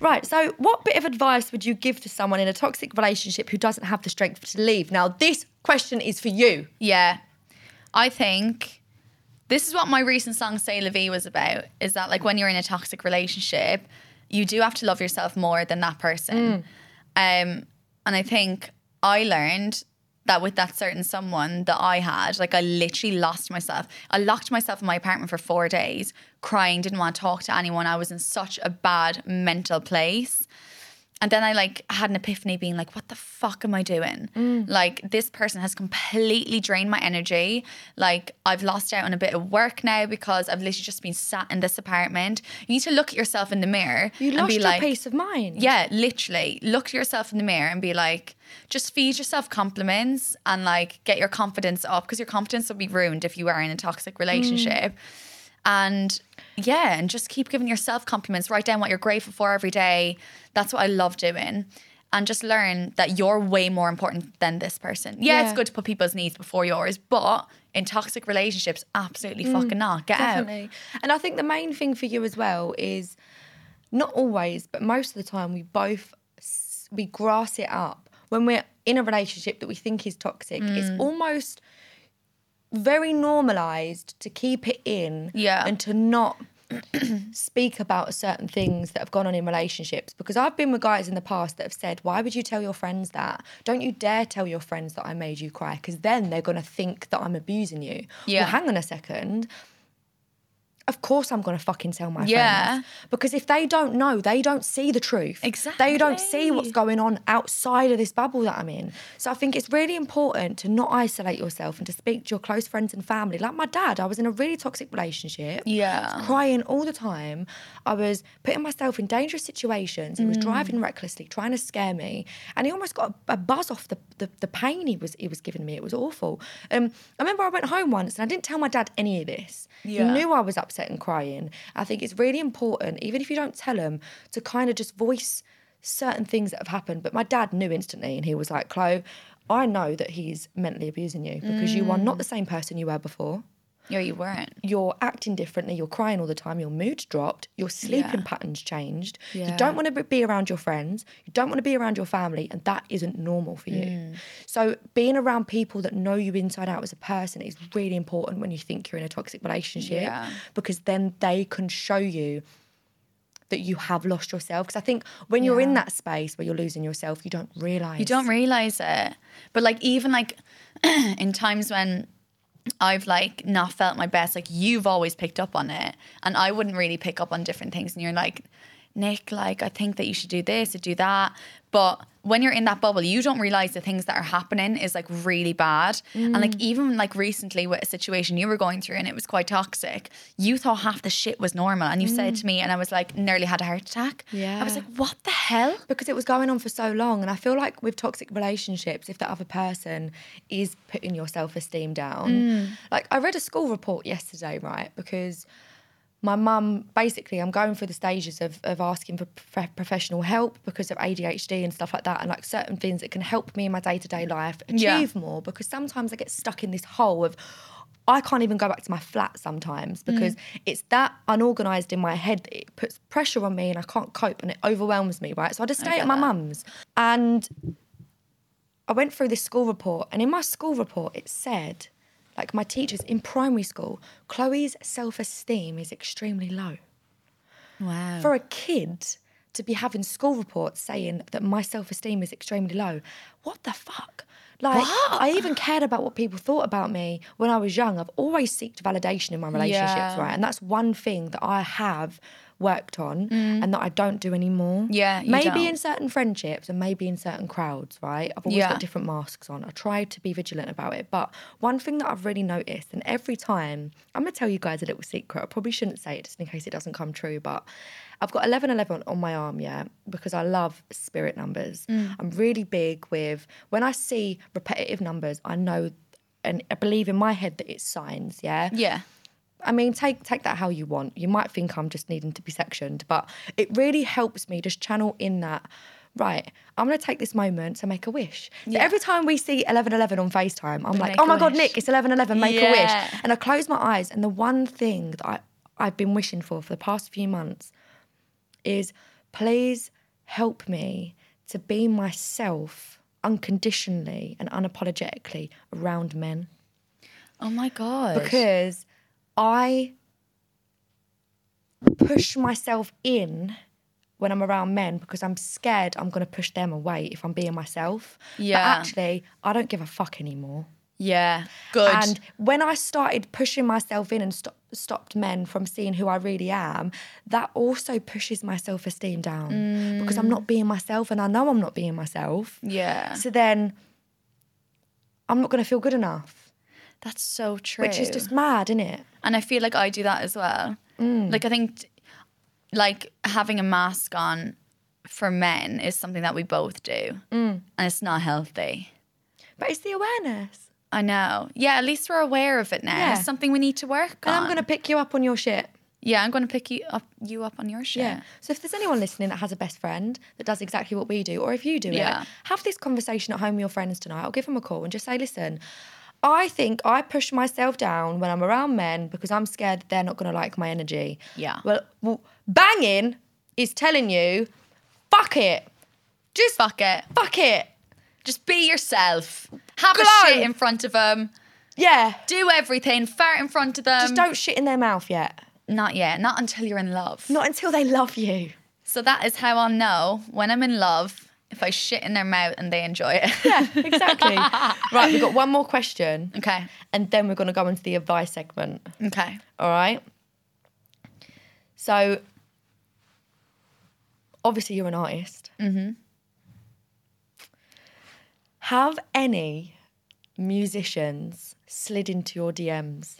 B: Right, so what bit of advice would you give to someone in a toxic relationship who doesn't have the strength to leave? Now, this question is for you.
C: Yeah. I think this is what my recent song Say La Vie was about is that like when you're in a toxic relationship, you do have to love yourself more than that person. Um and I think I learned that with that certain someone that I had, like I literally lost myself. I locked myself in my apartment for four days, crying, didn't want to talk to anyone. I was in such a bad mental place. And then I like had an epiphany being like, what the fuck am I doing?
B: Mm.
C: Like this person has completely drained my energy. Like I've lost out on a bit of work now because I've literally just been sat in this apartment. You need to look at yourself in the mirror
B: You
C: and
B: lost
C: be
B: your
C: like
B: peace of mind.
C: yeah, literally. Look at yourself in the mirror and be like, just feed yourself compliments and like get your confidence up because your confidence will be ruined if you are in a
B: Mm.
C: toxic relationship. And yeah, and just keep giving yourself compliments. Write down what you're grateful for every day. That's what I love doing. And just learn that you're way more important than this person. Yeah, it's
B: Yeah.
C: good to put people's needs before yours, but in toxic relationships, absolutely fucking not. Get out.
B: Mm. Definitely. And I think the main thing for you as well is not always, but most of the time, we both s- we grass it up when we're in a relationship that we think is toxic.
C: Mm.
B: It's almost very normalized to keep it in
C: Yeah.
B: and to not speak about certain things that have gone on in relationships because I've been with guys in the past that have said, Why would you tell your friends that? Don't you dare tell your friends that I made you cry because then they're going to think that I'm abusing you.
C: Yeah.
B: Well, hang on a second. Of course, I'm going to fucking tell my
C: Yeah.
B: friends. Because if they don't know, they don't see the truth. They don't see what's
C: Exactly.
B: going on outside of this bubble that I'm in. So I think it's really important to not isolate yourself and to speak to your close friends and family. Like my dad, I was in a really toxic relationship
C: Yeah.
B: crying all the time. I was putting myself in dangerous situations. He was driving recklessly, trying to scare me, and he almost got a, a buzz off the, the the pain he was he was giving me. It was awful. Um, I remember I went home once and I didn't tell my dad any of this.
C: Yeah.
B: He knew I was upset and crying. I think it's really important, even if you don't tell him, to kind of just voice certain things that have happened. But my dad knew instantly, and he was like, "Chloe." I know that he's mentally abusing you because you are not the same person you were before
C: Yeah, you weren't.
B: you're acting differently, you're crying all the time, your mood's dropped, your sleeping patterns changed. You
C: Yeah.
B: don't want to be around your friends, you don't want to be around your family, and that isn't normal for you.
C: Mm.
B: So being around people that know you inside out as a person is really important when you think you're in a toxic relationship
C: Yeah.
B: because then they can show you that you have lost yourself because I think when you're in that space where you're losing yourself, you don't realize
C: You don't realize it. But like even like in times when I've like not felt my best, like you've always picked up on it, and I wouldn't really pick up on different things. And you're like, Nick, like I think that you should do this or do that. But when you're in that bubble, you don't realize the things that are happening is like really bad. And like even like recently with a situation you were going through and it was quite toxic, you thought half the shit was normal, and you said to me, and I was like nearly had a heart attack. I was
B: Yeah.
C: like, what the hell?
B: because it was going on for so long and i feel like with toxic relationships if the other person is putting your self-esteem down like i read a school report yesterday right because my mum basically i'm going through the stages of, of asking for prof- professional help because of adhd and stuff like that and like certain things that can help me in my day-to-day life achieve
C: Yeah.
B: more because sometimes i get stuck in this hole of I can't even go back to my flat sometimes because it's that unorganized in my head that it puts pressure on me and I can't cope and it overwhelms me, right? So I just stay at my mum's. And I went through this school report, and in my school report, it said, like my teachers in primary school, Chloe's self esteem is extremely low.
C: Wow.
B: For a kid to be having school reports saying that my self esteem is extremely low, what the fuck? Like, I even cared about what people thought about me when I was young. I've always sought validation in my relationships,
C: Yeah.
B: right? And that's one thing that I have worked on and that I don't do anymore.
C: Mm. Yeah, you
B: Maybe
C: don't.
B: in certain friendships and maybe in certain crowds, right? I've always
C: Yeah.
B: got different masks on. I try to be vigilant about it. But one thing that I've really noticed, and every time, I'm going to tell you guys a little secret. I probably shouldn't say it just in case it doesn't come true, but I've got 1111 on my arm, yeah, because I love spirit numbers. I'm really big with, when I see repetitive numbers, I know and I believe in my head that it's signs, yeah?
C: yeah.
B: I mean, take take that how you want. You might think I'm just needing to be sectioned, but it really helps me just channel in that. Right, I'm gonna take this moment to make a wish. So every time we see 1111 on FaceTime, I'm like,
C: make
B: oh
C: a
B: my god,
C: wish.
B: Nick, it's 1111, make a
C: Yeah.
B: wish. And I close my eyes, and the one thing that I, I've been wishing for for the past few months is please help me to be myself unconditionally and unapologetically around men
C: Oh my god.
B: because I push myself in when I'm around men because I'm scared I'm going to push them away if I'm being myself. But
C: Yeah.
B: actually, I don't give a fuck anymore.
C: Yeah. Good.
B: And when I started pushing myself in and stop, stopped men from seeing who I really am, that also pushes my self esteem down
C: Mm.
B: because I'm not being myself and I know I'm not being myself.
C: yeah.
B: So then I'm not going to feel good enough,
C: That's so true.
B: which is just mad, isn't it?
C: And I feel like I do that as well.
B: Mm.
C: Like I think t- like having a mask on for men is something that we both do. Mm. And it's not healthy.
B: But it's the awareness.
C: I know. Yeah, at least we're aware of it now.
B: Yeah.
C: It's something we need to work
B: And
C: on.
B: I'm going to pick you up on your shit.
C: Yeah, I'm gonna pick you up you up on your shit.
B: Yeah. So if there's anyone listening that has a best friend that does exactly what we do, or if you do
C: Yeah.
B: it, have this conversation at home with your friends tonight. I'll give them a call and just say, listen, I think I push myself down when I'm around men because I'm scared that they're not going to like my energy.
C: Yeah.
B: Well, well, banging is telling you, fuck it,
C: Just fuck it.
B: fuck it.
C: Just be yourself. Have
B: Glow.
C: a shit in front of them.
B: Yeah.
C: Do everything. Fart in front of them.
B: Just don't shit in their mouth yet.
C: Not yet. Not until you're in love.
B: Not until they love you.
C: So that is how I'll know when I'm in love if I shit in their mouth and they enjoy it.
B: Exactly. right, we've got one more question
C: okay.
B: and then we're going to go into the advice segment.
C: Okay.
B: All right. So, obviously, you're an artist. Mm-hmm. Have any musicians slid into your DMs?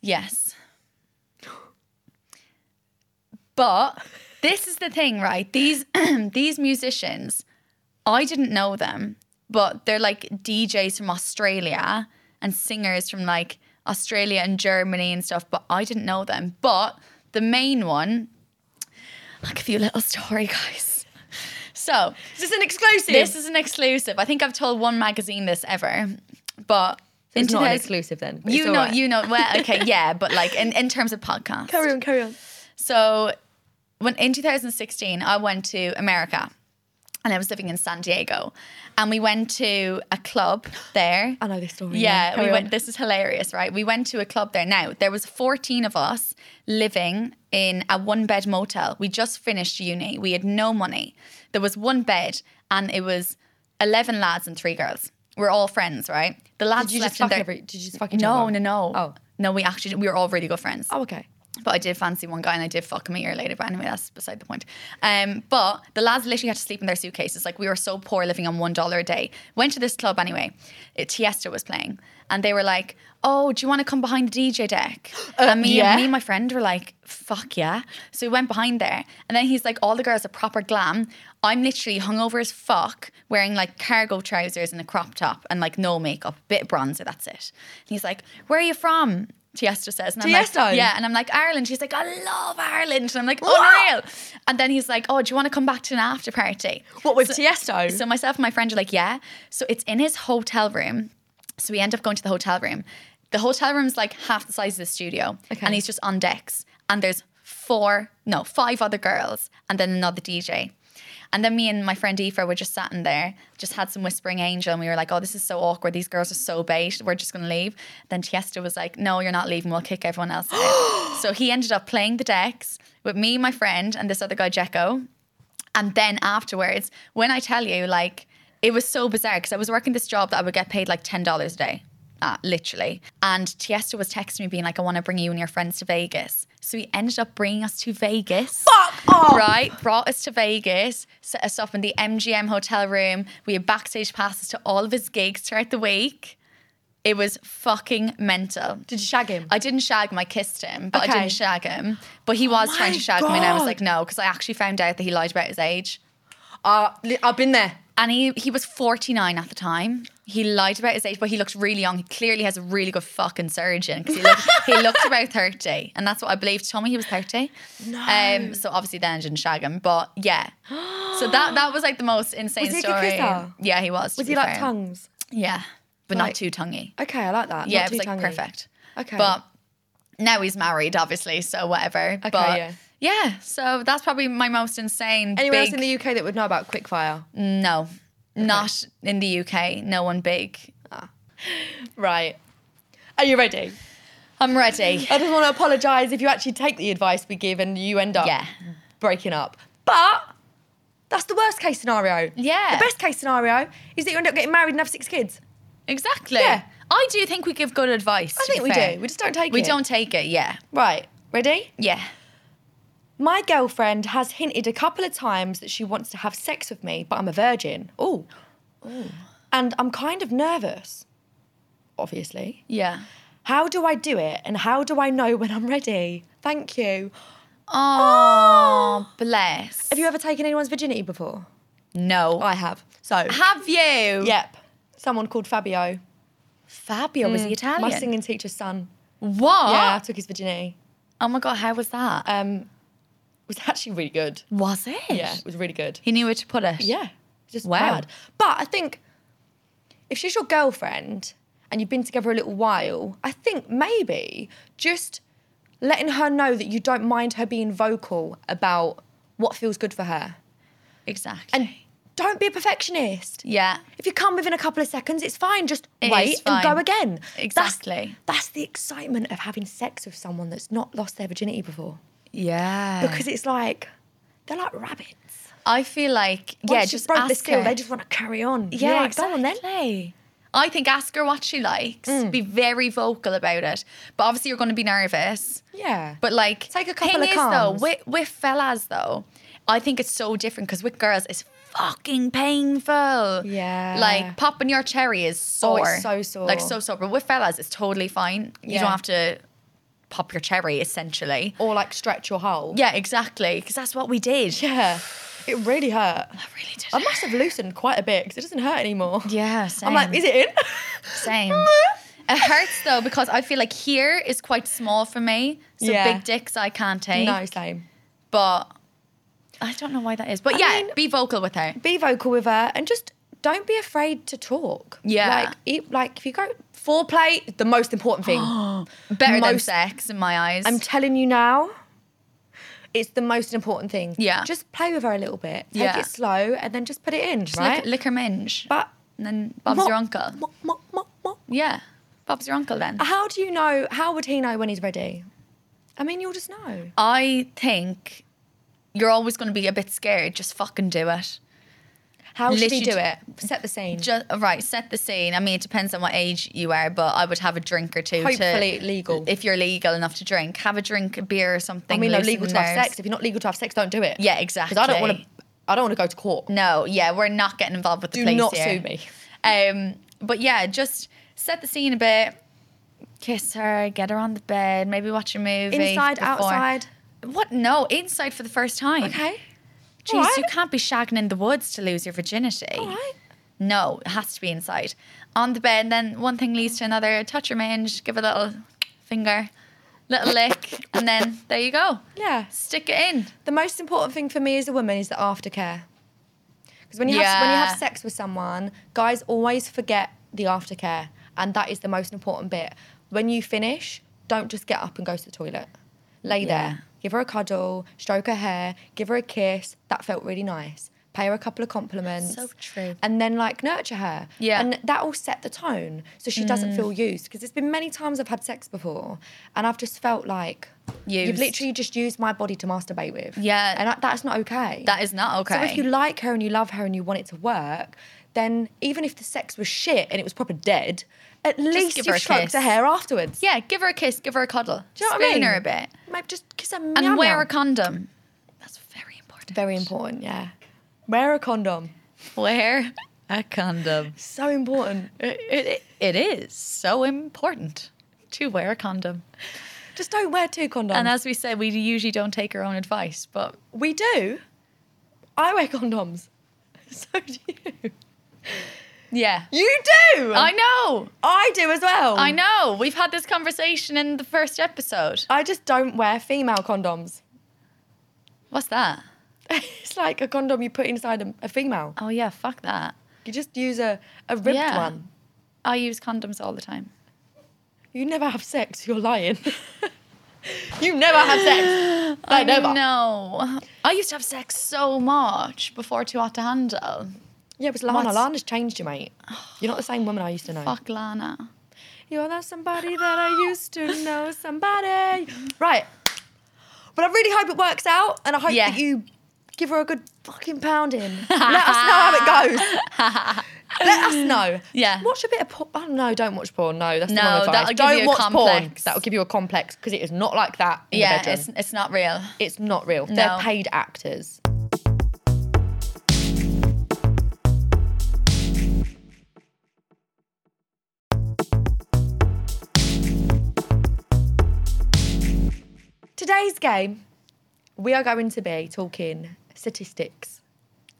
C: Yes. But this is the thing, right? These these musicians, I didn't know them, but they're like DJs from Australia and singers from like Australia and Germany and stuff, but I didn't know them. But the main one, I'll give you a little story, guys. So
B: Is this an exclusive?
C: This is an exclusive. I think I've told one magazine this ever, but
B: it's not an
C: 2000
B: exclusive then. but
C: You
B: it's
C: know,
B: all right.
C: you know. Well, okay, yeah, but like in, in terms of podcasts.
B: Carry on, carry on.
C: So, when in 2016, I went to America, and I was living in San Diego, and we went to a club there.
B: I know this story.
C: Yeah,
B: carry
C: we went.
B: on.
C: This is hilarious, right? We went to a club there. Now there was 14 of us living in a one-bed motel. We just finished uni. We had no money. There was one bed, and it was 11 lads and three girls. We're all friends, right? The lads
B: Did you
C: slept
B: just
C: in
B: fuck
C: their.
B: every? Did you just fucking?
C: no, no, no.
B: Oh.
C: no. We actually we were all really good friends.
B: Oh, okay.
C: But I did fancy one guy and I did fuck him a year later. But anyway, that's beside the point. Um, but the lads literally had to sleep in their suitcases. Like we were so poor living on one dollar a day. Went to this club anyway. It, Tiesto was playing, and they were like, "Oh, do you want to come behind the DJ deck?" and me,
B: yeah.
C: and me and my friend were like, "Fuck yeah!" So we went behind there, and then he's like, "All the girls are proper glam." I'm literally hungover as fuck, wearing like cargo trousers and a crop top and like no makeup, bit of bronzer, that's it. And he's like, "Where are you from?" Tiesto says, and I'm
B: Tiesto?
C: like, "Yeah." And I'm like, Ireland. She's like, I love Ireland. And I'm like, unreal. And then he's like, oh, do you want to come back to an after party?
B: What with Tiesto?
C: So myself and my friend are like, yeah. So it's in his hotel room. So we end up going to the hotel room. The hotel room's like half the size of the studio. And he's just on decks. And there's four, no, five other girls and then another DJ. And then me and my friend Aoife were just sat in there, just had some whispering angel, and we were like, oh, this is so awkward. These girls are so bait. We're just going to leave. Then Tiesto was like, no, you're not leaving. We'll kick everyone else out. so he ended up playing the decks with me, my friend, and this other guy, Jekko. And then afterwards, when I tell you, like, it was so bizarre because I was working this job that I would get paid like $10 a day, uh, literally. And Tiesto was texting me, being like, I want to bring you and your friends to Vegas. So he ended up bringing us to Vegas. Fuck off! Right? Brought us to Vegas, set us up in the MGM hotel room. We had backstage passes to all of his gigs throughout the week. It was fucking mental.
B: Did you shag him?
C: I didn't shag him. I kissed him, but I
B: Okay.
C: didn't shag him. But he was trying to shag me, and I was
B: God.
C: like, no, because I actually found out that he lied about his age.
B: Uh, li- I've been there.
C: And he, he was 49 at the time. He lied about his age, but he looked really young. He clearly has a really good fucking surgeon because he, looked- he looked about 30. And that's what I believed. She Told me he was 30. No. Um, so obviously then I didn't shag him, but yeah. So that that was like the most insane
B: Was he a good
C: story.
B: kisser?
C: yeah, he was. to
B: Was
C: be
B: he like
C: fair.
B: tongues?
C: Yeah, but
B: Like-
C: not too tonguey.
B: Okay, I like that.
C: Yeah,
B: Not
C: it was
B: too
C: like
B: tangy.
C: perfect.
B: Okay.
C: But now he's married, obviously, so whatever. Okay, but
B: yeah.
C: yeah, so that's probably my most insane.
B: Anyone else
C: big-
B: in the UK that would know about quickfire?
C: No, not in the UK. No one big.
B: Right. Are you ready?
C: I'm ready.
B: I just want to apologise if you actually take the advice we give and you end up
C: Yeah.
B: breaking up. But that's the worst case scenario.
C: Yeah.
B: The best case scenario is that you end up getting married and have six kids.
C: Exactly.
B: Yeah.
C: I do think we give good advice.
B: I
C: to be
B: think we
C: fair.
B: do. We just don't take
C: We
B: it.
C: don't take it, yeah.
B: Right. Ready?
C: Yeah.
B: My girlfriend has hinted a couple of times that she wants to have sex with me, but I'm a virgin. Oh. And I'm kind of nervous. Obviously.
C: Yeah.
B: How do I do it and how do I know when I'm ready? Thank you.
C: Oh, bless.
B: Have you ever taken anyone's virginity before?
C: No.
B: I have. So.
C: Have you?
B: Yep. Someone called Fabio.
C: Fabio was the Italian.
B: My singing teacher's son.
C: What?
B: Yeah, I took his virginity.
C: Oh my god, how was that?
B: Um, it was actually really good.
C: was it?
B: Yeah, it was really good.
C: He knew where to put it.
B: Yeah, just
C: Wow.
B: mad. But I think if she's your girlfriend and you've been together a little while, I think maybe just letting her know that you don't mind her being vocal about what feels good for her.
C: Exactly.
B: And don't be a perfectionist.
C: yeah.
B: If you come within a couple of seconds, it's fine. Just
C: It
B: wait
C: is
B: and go
C: fine.
B: again. That's-
C: Exactly.
B: that's the excitement of having sex with someone that's not lost their virginity before.
C: Oh. Yeah.
B: Because it's like they're like rabbits.
C: I feel like
B: Once
C: yeah,
B: you've
C: just
B: broke the
C: ask
B: skill.
C: her.
B: They just want to carry on. You're
C: yeah,
B: like, go on then. Mm.
C: exactly. I think ask her what she likes. Be very vocal about it. But obviously, you're going to be nervous.
B: Yeah.
C: But like,
B: Take a couple
C: thing
B: of
C: is though,
B: calms.
C: with, with fellas though, I think it's so different because with girls, it's fucking painful.
B: Yeah.
C: Like popping your cherry is
B: Oh,
C: sore.
B: it's so sore.
C: Like so sore. But with fellas, it's totally fine. You
B: Yeah.
C: don't have to pop your cherry essentially.
B: or like stretch your hole.
C: Yeah, exactly. Because that's what we did.
B: Yeah. It really hurt.
C: I really did.
B: I must have loosened quite a bit because it doesn't hurt anymore.
C: Yeah,
B: I'm like,
C: same.
B: is it in?
C: Same. it hurts though because I feel like here is quite small for me. So
B: Yeah.
C: big dicks I can't take.
B: no, same.
C: But I don't know why that is. But
B: I
C: yeah,
B: mean-
C: be vocal with her.
B: Be vocal with her and just don't be afraid to talk.
C: Yeah.
B: Like, eat, like if you go foreplay, the most important thing.
C: Better than
B: Most-
C: sex in my eyes.
B: I'm telling you now. It's the most important thing.
C: Yeah.
B: Just play with her a little bit. Take
C: Yeah.
B: it slow and then just put it in,
C: Just
B: right?
C: lick, lick her minge.
B: but
C: and then Bob's
B: Mop,
C: your uncle.
B: mop, mop, mop, mop.
C: Yeah. Bob's your uncle then.
B: How do you know? How would he know when he's ready? I mean, you'll just know.
C: I think you're always going to be a bit scared. Just fucking do it.
B: How should he do
C: Literally
B: it? Set the scene.
C: Just right, set the scene. I mean, it depends on what age you are, but I would have a drink or two. to-
B: Hopefully legal.
C: if you're legal enough to drink. Have a drink, a beer or something.
B: I mean, no,
C: loosen
B: legal to
C: the
B: have
C: nerves.
B: sex. If you're not legal to have sex, don't do it.
C: Yeah,
B: 'Cause I don't want to.
C: exactly.
B: I don't want to go to court.
C: No, yeah, we're not getting involved with the
B: Do
C: police.
B: not
C: here.
B: sue me.
C: Um, but yeah, just set the scene a bit. Kiss her, get her on the bed, maybe watch a movie.
B: Inside,
C: before-
B: outside.
C: What? No, inside for the first time.
B: Okay.
C: Jeez,
B: Alright. Oh,
C: you can't be shagging in the woods to lose your virginity.
B: Alright.
C: No, it has to be inside. On the bed, then one thing leads to another. Touch your mange, give a little finger, little lick, and then there you go.
B: Yeah.
C: Stick it in.
B: The most important thing for me as a woman is the aftercare. Because when you have when you
C: Yeah.
B: have sex with someone, guys always forget the aftercare, and that is the most important bit. When you finish, don't just get up and go to the toilet. Lay
C: Yeah.
B: there, give her a cuddle, stroke her hair, give her a kiss. That felt really nice. Pay her a couple of compliments.
C: So true.
B: And then like nurture her.
C: Yeah. Mm.
B: And that will set the tone, so she doesn't feel used. Because there's been many times I've had sex before, and I've just felt like
C: Used.
B: you've literally just used my body to masturbate with.
C: Yeah.
B: And that- that's not okay.
C: That is not okay.
B: So if you like her and you love her and you want it to work, then even if the sex was shit and it was proper dead, at least
C: give
B: you
C: her a
B: stroked
C: kiss.
B: her hair afterwards.
C: Yeah, give her a kiss, give her a cuddle.
B: Do you know what
C: Spoon
B: I mean?
C: her a bit.
B: Maybe just kiss her
C: And
B: meow
C: wear
B: meow.
C: a condom. That's very important.
B: Very important, yeah. Wear a condom.
C: Wear a condom.
B: So important.
C: It, it, it is so important to wear a condom.
B: Just don't wear two condoms.
C: And as we said, we usually don't take our own advice, but
B: we do, I wear condoms. So do you.
C: yeah.
B: You do.
C: I know.
B: I do as well.
C: I know. We've had this conversation in the first episode.
B: I just don't wear female condoms.
C: What's that?
B: It's like a condom you put inside a, a female.
C: Oh, yeah, fuck that.
B: You just use a, a ribbed
C: Yeah.
B: one.
C: I use condoms all the time.
B: You never have sex. You're lying. you never have sex. Like, never.
C: No. I used to have sex so much before Too Hot to Handle.
B: Yeah, but Lana,
C: What's-
B: Lana's changed you, mate. You're not the same woman I used to know.
C: Fuck Lana.
B: You're not somebody that I used to know. Somebody. Right. But I really hope it works out, and I hope
C: Yeah.
B: that you give her a good fucking pounding. Let us know how it goes. Let us know.
C: Yeah.
B: Watch a bit of porn. Oh, no, don't watch porn. No, that's
C: No,
B: not advice.
C: that'll give
B: don't
C: you a
B: watch porn.
C: complex.
B: That'll give you a complex because it is not like that in
C: yeah,
B: the bedroom.
C: it's it's not real.
B: It's not real.
C: No.
B: They're paid actors. Today's game, we are going to be talking statistics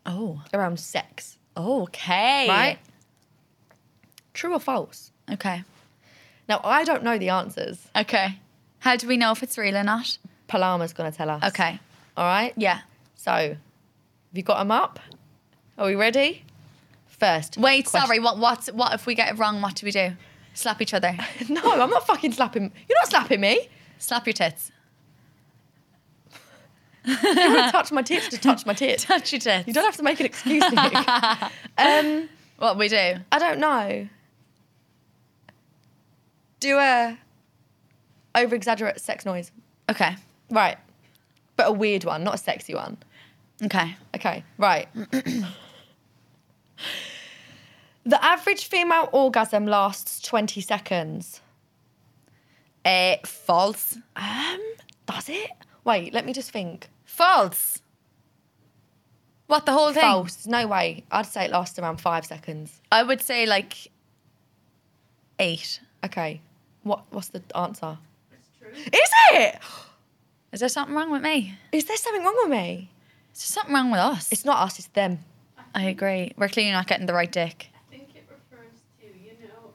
C: Oh.
B: around sex,
C: Okay.
B: right? True or false?
C: Okay.
B: Now, I don't know the answers.
C: Okay. How do we know if it's real or not?
B: Palama's going to tell us.
C: Okay.
B: All right?
C: Yeah.
B: So, have you got them up? Are we ready? First.
C: Wait,
B: question-
C: sorry. What what what if we get it wrong? What do we do? Slap each other.
B: No, I'm not fucking slapping. You're not slapping me.
C: Slap your tits.
B: You want to touch my tits? Just touch my tits.
C: Touch your tits.
B: You don't have to make an excuse, Nick. um,
C: What we do?
B: I don't know. Do a over exaggerate sex noise.
C: Okay.
B: Right. But a weird one, not a sexy one.
C: Okay.
B: Okay, right. the average female orgasm lasts 20 seconds. Eh,
C: Uh, false.
B: Um, does it? Wait, let me just think.
C: False. What the whole thing?
B: False. No way. I'd say it lasts around five seconds.
C: I would say like eight.
B: Okay. What? What's the answer? It's true. Is it?
C: Is there something wrong with me?
B: Is there something wrong with me?
C: Is there something wrong with us?
B: It's not us. It's them.
C: I agree. We're clearly not getting the right dick.
E: I think it refers to, you know,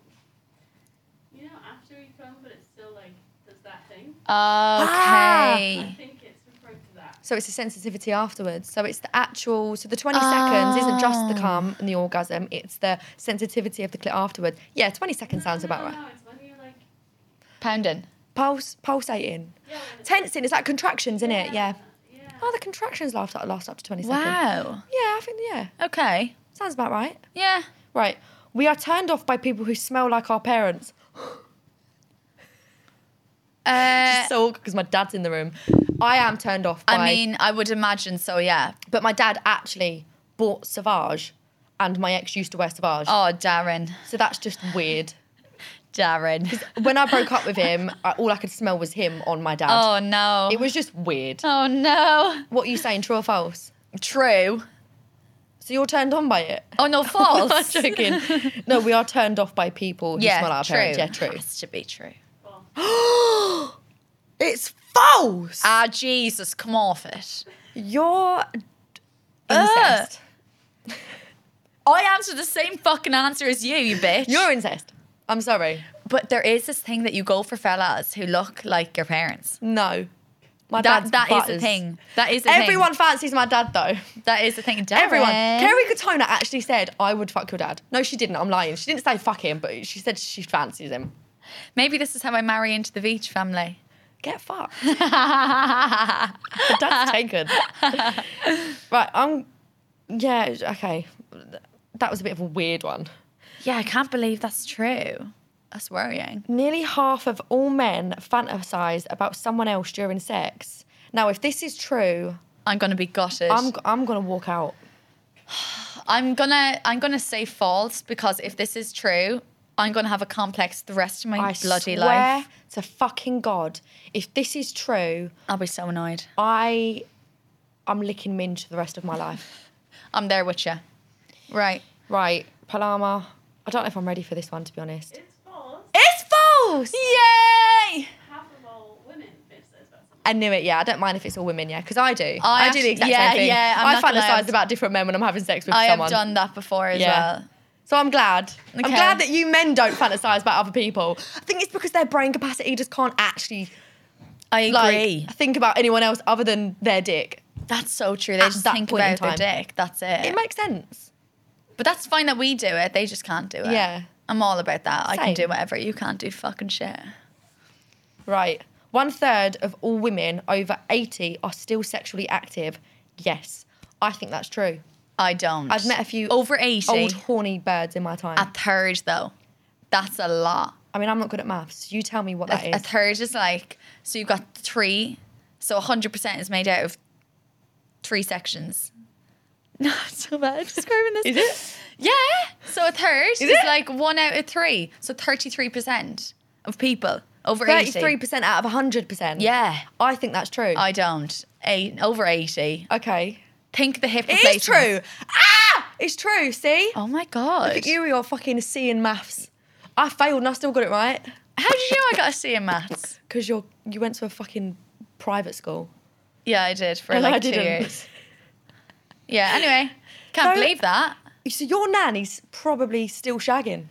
E: you know, after you come, but it's still like, does that thing? I
C: Okay.
E: think it's referring to that.
B: So it's the sensitivity afterwards. So it's the actual. So the 20 seconds isn't just the cum and the orgasm. It's the sensitivity of the clit afterwards. Yeah, 20 seconds sounds about right.
E: No, it's when you're like,
C: Pounding.
B: Pulse, pulsating, tensing. It's like contractions, isn't it? Yeah. Oh, the contractions last up, last up to 20 seconds.
C: Wow.
B: Yeah, I think yeah,
C: Okay.
B: sounds about right.
C: Yeah.
B: Right. We are turned off by people who smell like our parents.
C: Uh,
B: Just so because my dad's in the room. I am turned off by.
C: I mean, I would imagine so. Yeah.
B: but my dad actually bought Sauvage, and my ex used to wear Sauvage,
C: Oh, Darren.
B: so that's just weird.
C: Darren.
B: When I broke up with him, I, all I could smell was him on my dad.
C: Oh no.
B: It was just weird.
C: oh no.
B: What are you saying, true or false?
C: True.
B: So you're turned on by it?
C: Oh no, false.
B: I'm joking. no, we are turned off by people who smell like our parents. Yeah, true.
C: Has to be true.
B: It's false.
C: Ah, Jesus, come off it.
B: You're incest.
C: I answered the same fucking answer as you, you bitch.
B: You're incest. I'm sorry.
C: but there is this thing that you go for fellas who look like your parents.
B: No. My
C: That
B: dad's
C: that is
B: butters.
C: a thing. That is a
B: Everyone
C: thing.
B: fancies my dad though.
C: That is a thing. Darren.
B: Everyone. Kerry Katona actually said, I would fuck your dad. No, she didn't. I'm lying. She didn't say fuck him, but she said she fancies him.
C: Maybe this is how I marry into the beach family.
B: Get fucked. That's taken. right, I'm. Yeah, it's- okay. That was a bit of a weird one.
C: Yeah, I can't believe that's true. That's worrying.
B: Nearly half of all men fantasize about someone else during sex. Now, if this is true,
C: I'm gonna be gutted.
B: I'm, I'm going to walk out.
C: I'm gonna I'm gonna say false because if this is true, I'm gonna have a complex the rest of my
B: I
C: bloody
B: swear
C: life.
B: to fucking God, if this is true,
C: I'll be so annoyed.
B: I I'm licking minge for the rest of my life.
C: I'm there with you. Right.
B: right, Palama. I don't know if I'm ready for this one to be honest.
E: it's false.
B: It's false.
C: Yay!
E: Half of all women think says that.
B: I knew it. Yeah, I don't mind if it's all women. Yeah, because I do. I,
C: I
B: do the
C: actu-
B: exact
C: yeah,
B: same thing.
C: yeah, I'm
B: I
C: not gonna lie,
B: fantasize
C: I've-
B: about different men when I'm having sex with
C: I
B: someone.
C: have done that before as
B: Yeah.
C: well.
B: So I'm glad. I'm
C: Okay.
B: glad that you men don't fantasize about other people. I think it's because their brain capacity just can't actually
C: I
B: like
C: agree.
B: think about anyone else other than their dick.
C: that's so true. They
B: At
C: just
B: that
C: think
B: point in
C: about their
B: time.
C: dick. That's it.
B: It makes sense.
C: but that's fine that we do it. They just can't do it.
B: Yeah.
C: I'm all about that. I can
B: Same.
C: do whatever. You can't do fucking shit.
B: Right. One third of all women over 80 are still sexually active. Yes. I think that's true.
C: I don't.
B: I've met a few
C: over eighty.
B: old horny birds in my time.
C: a third though. That's a lot.
B: I mean, I'm not good at maths. You tell me what that
C: a, a
B: is.
C: third is like so you've got three so 100% is made out of three sections no it's so bad describing this
B: Is it?
C: Yeah. So a third is,
B: it?
C: like one out of three. So 33% of people over 80.
B: 33% out of 100%.
C: Yeah.
B: I think that's true.
C: I don't. Eight, over 80.
B: Okay.
C: Think the hip
B: It is
C: replacement.
B: true. Ah! It's true, see?
C: Oh my God.
B: Look at you, you're fucking C in maths. I failed and I still got it right.
C: How did you know I got a C in maths?
B: Because you're you went to a fucking private school.
C: Yeah, I did for
B: And
C: like
B: I
C: two
B: didn't.
C: years. Yeah, anyway. Can't
B: So-
C: believe that.
B: So your nanny's probably still shagging.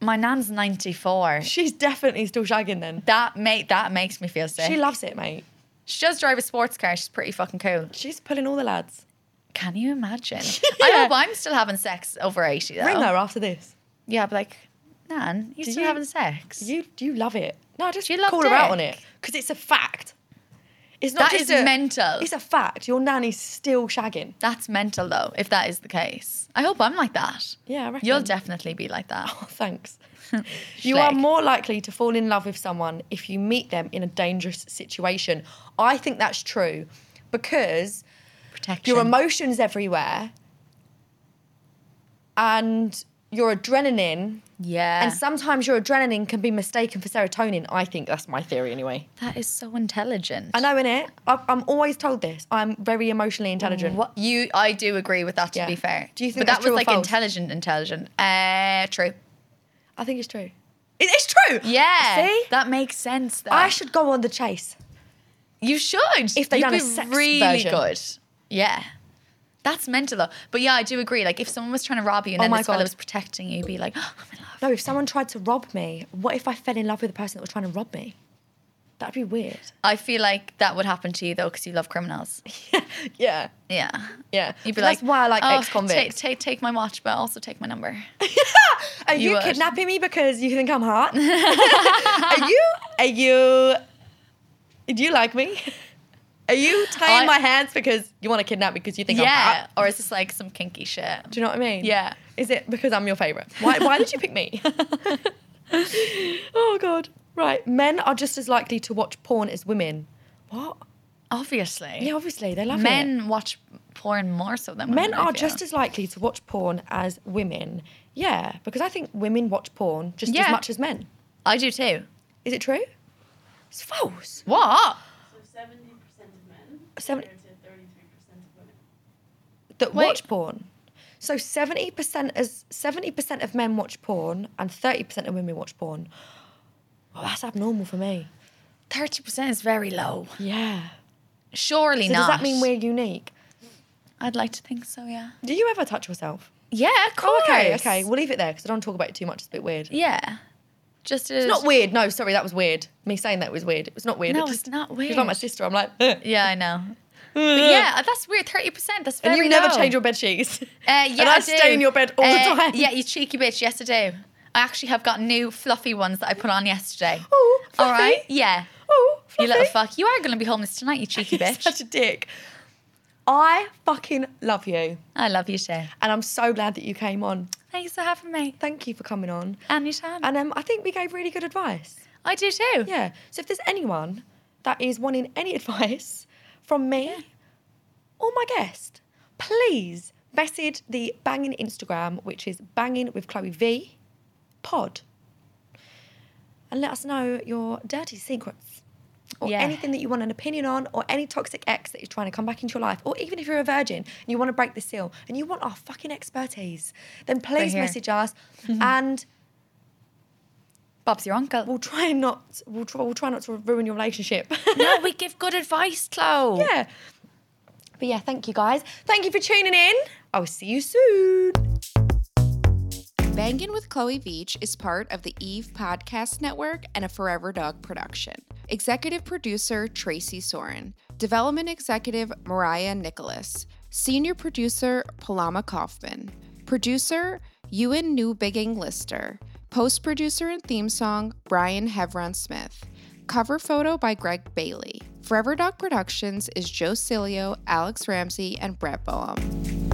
C: My nan's 94.
B: She's definitely still shagging then.
C: That mate, that makes me feel sick.
B: She loves it, mate.
C: she does drive a sports car. She's pretty fucking cool.
B: She's pulling all the lads.
C: Can you imagine? I
B: Yeah.
C: hope I'm still having sex over 80 though.
B: Ring her after this.
C: Yeah, but like, Nan, you
B: Do
C: still
B: you-
C: having sex?
B: You you love it. No, just
C: Do you love
B: call her out on
C: dick?
B: it because it's a fact. It's not
C: that
B: just
C: is
B: a,
C: mental.
B: It's a fact. Your nanny's still shagging.
C: That's mental though, if that is the case. I hope I'm like that.
B: Yeah, I reckon.
C: You'll definitely be like that.
B: Oh, thanks. you are
C: Schleg.
B: more likely to fall in love with someone if you meet them in a dangerous situation. I think that's true because
C: Protection.
B: your emotions everywhere and your adrenaline
C: yeah.
B: and sometimes your adrenaline can be mistaken for serotonin. I think that's my theory anyway.
C: that is so intelligent.
B: I know in it. I'm always told this. I'm very emotionally intelligent.
C: What you I do agree with that to
B: Yeah.
C: be fair.
B: Do you
C: but
B: think that's
C: that was
B: true or
C: like
B: false?
C: intelligent intelligent? Uh true.
B: I think it's true. It- it's true.
C: Yeah.
B: See,
C: That makes sense though.
B: I should go on the chase.
C: You should.
B: If they
C: You'd
B: done a
C: be
B: sex
C: really
B: version.
C: good. Yeah. That's mental though. But yeah, I do agree. Like if someone was trying to rob you and
B: Oh
C: then
B: my
C: this fella
B: God.
C: was protecting you, you'd be like, oh, I'm in love.
B: No, if someone tried to rob me, what if I fell in love with the person that was trying to rob me? That'd be weird.
C: I feel like that would happen to you though, because you love criminals.
B: Yeah,
C: Yeah.
B: yeah.
C: You'd be
B: that's
C: like,
B: why I like
C: "Oh, Take,
B: ex-convicts.
C: take, take my watch, but also take my number.
B: Are you,
C: you would.
B: kidnapping me because you think I'm hot? are you? Are you? Do you like me? Are you tying
C: I-
B: my hands because you want to kidnap me because you think I'm
C: yeah.
B: hot?
C: Or is this like some kinky shit?
B: Do you know what I mean?
C: Yeah.
B: Is it because I'm your favourite? Why, why did you pick me? oh, God. Right. Men are just as likely to watch porn as women. What?
C: Obviously.
B: Yeah, obviously. They love it.
C: Men watch porn more so than women.
B: Men are just as likely to watch porn as women. Yeah, because I think women watch porn just as
C: Yeah.
B: much as men.
C: I do too.
B: Is it true? It's false.
C: What?
E: So seventy percent of men
B: Seven-
E: compared to thirty-three percent of women.
B: That
C: Wait.
B: watch porn. So 70% as 70% of men watch porn and 30% of women watch porn. Oh, that's abnormal for me.
C: Thirty percent is very low.
B: Yeah.
C: Surely
B: So
C: not.
B: does that mean we're unique?
C: I'd like to think so. Yeah.
B: Do you ever touch yourself?
C: Yeah. Of course.
B: Oh, okay, okay. We'll leave it there because I don't talk about it too much. It's a bit weird.
C: Yeah. Just as
B: It's not weird. No, sorry, that was weird. Me saying that was weird. It was not weird.
C: No,
B: It just-
C: it's not
B: It's like my
C: weird.
B: sister. I'm like,
C: Yeah, I know. But yeah, uh, that's weird. Thirty percent. That's very
B: and you never
C: low.
B: change your bed sheets.
C: Uh, yeah,
B: and I,
C: do.
B: stay in your bed all
C: Uh,
B: the time.
C: Yeah, you cheeky bitch. Yes, I do. I actually have got new fluffy ones that I put on yesterday.
B: Oh,
C: All right.
B: fluffy.
C: Yeah.
B: Oh,
C: You little
B: fluffy.
C: fuck. You are going to be homeless tonight, you cheeky
B: You're
C: bitch.
B: Such a dick. I fucking love you,
C: I love you too.
B: and I'm so glad that you came on.
C: Thanks for having me.
B: Thank you for coming on.
C: Anytime.
B: And um, I think we gave really good advice.
C: I do too.
B: Yeah. So if there's anyone that is wanting any advice from me or my guest, please message the banging Instagram, which is banging with Chloe V pod, and let us know your dirty secrets. Or
C: Yeah.
B: anything that you want an opinion on, or any toxic ex that is trying to come back into your life, or even if you're a virgin and you want to break the seal and you want our fucking expertise, then please
C: here. Mm-hmm.
B: message us and
C: Bob's your uncle.
B: we'll try and not we'll try, we'll try not to ruin your relationship.
C: no, we give good advice, Chloe.
B: yeah. But yeah, thank you guys. Thank you for tuning in. I'll see you soon.
F: Bangin' with Chloe Veach is part of the Eve Podcast Network and a Forever Dog production. Executive producer Tracy Soren, development executive Mariah Nicholas, senior producer Paloma Kaufman, producer Ewan Newbigging Lister, post producer and theme song Brian Hevron Smith. Cover photo by Greg Bailey. Forever Dog Productions is Joe Cilio, Alex Ramsey, and Brett Boehm.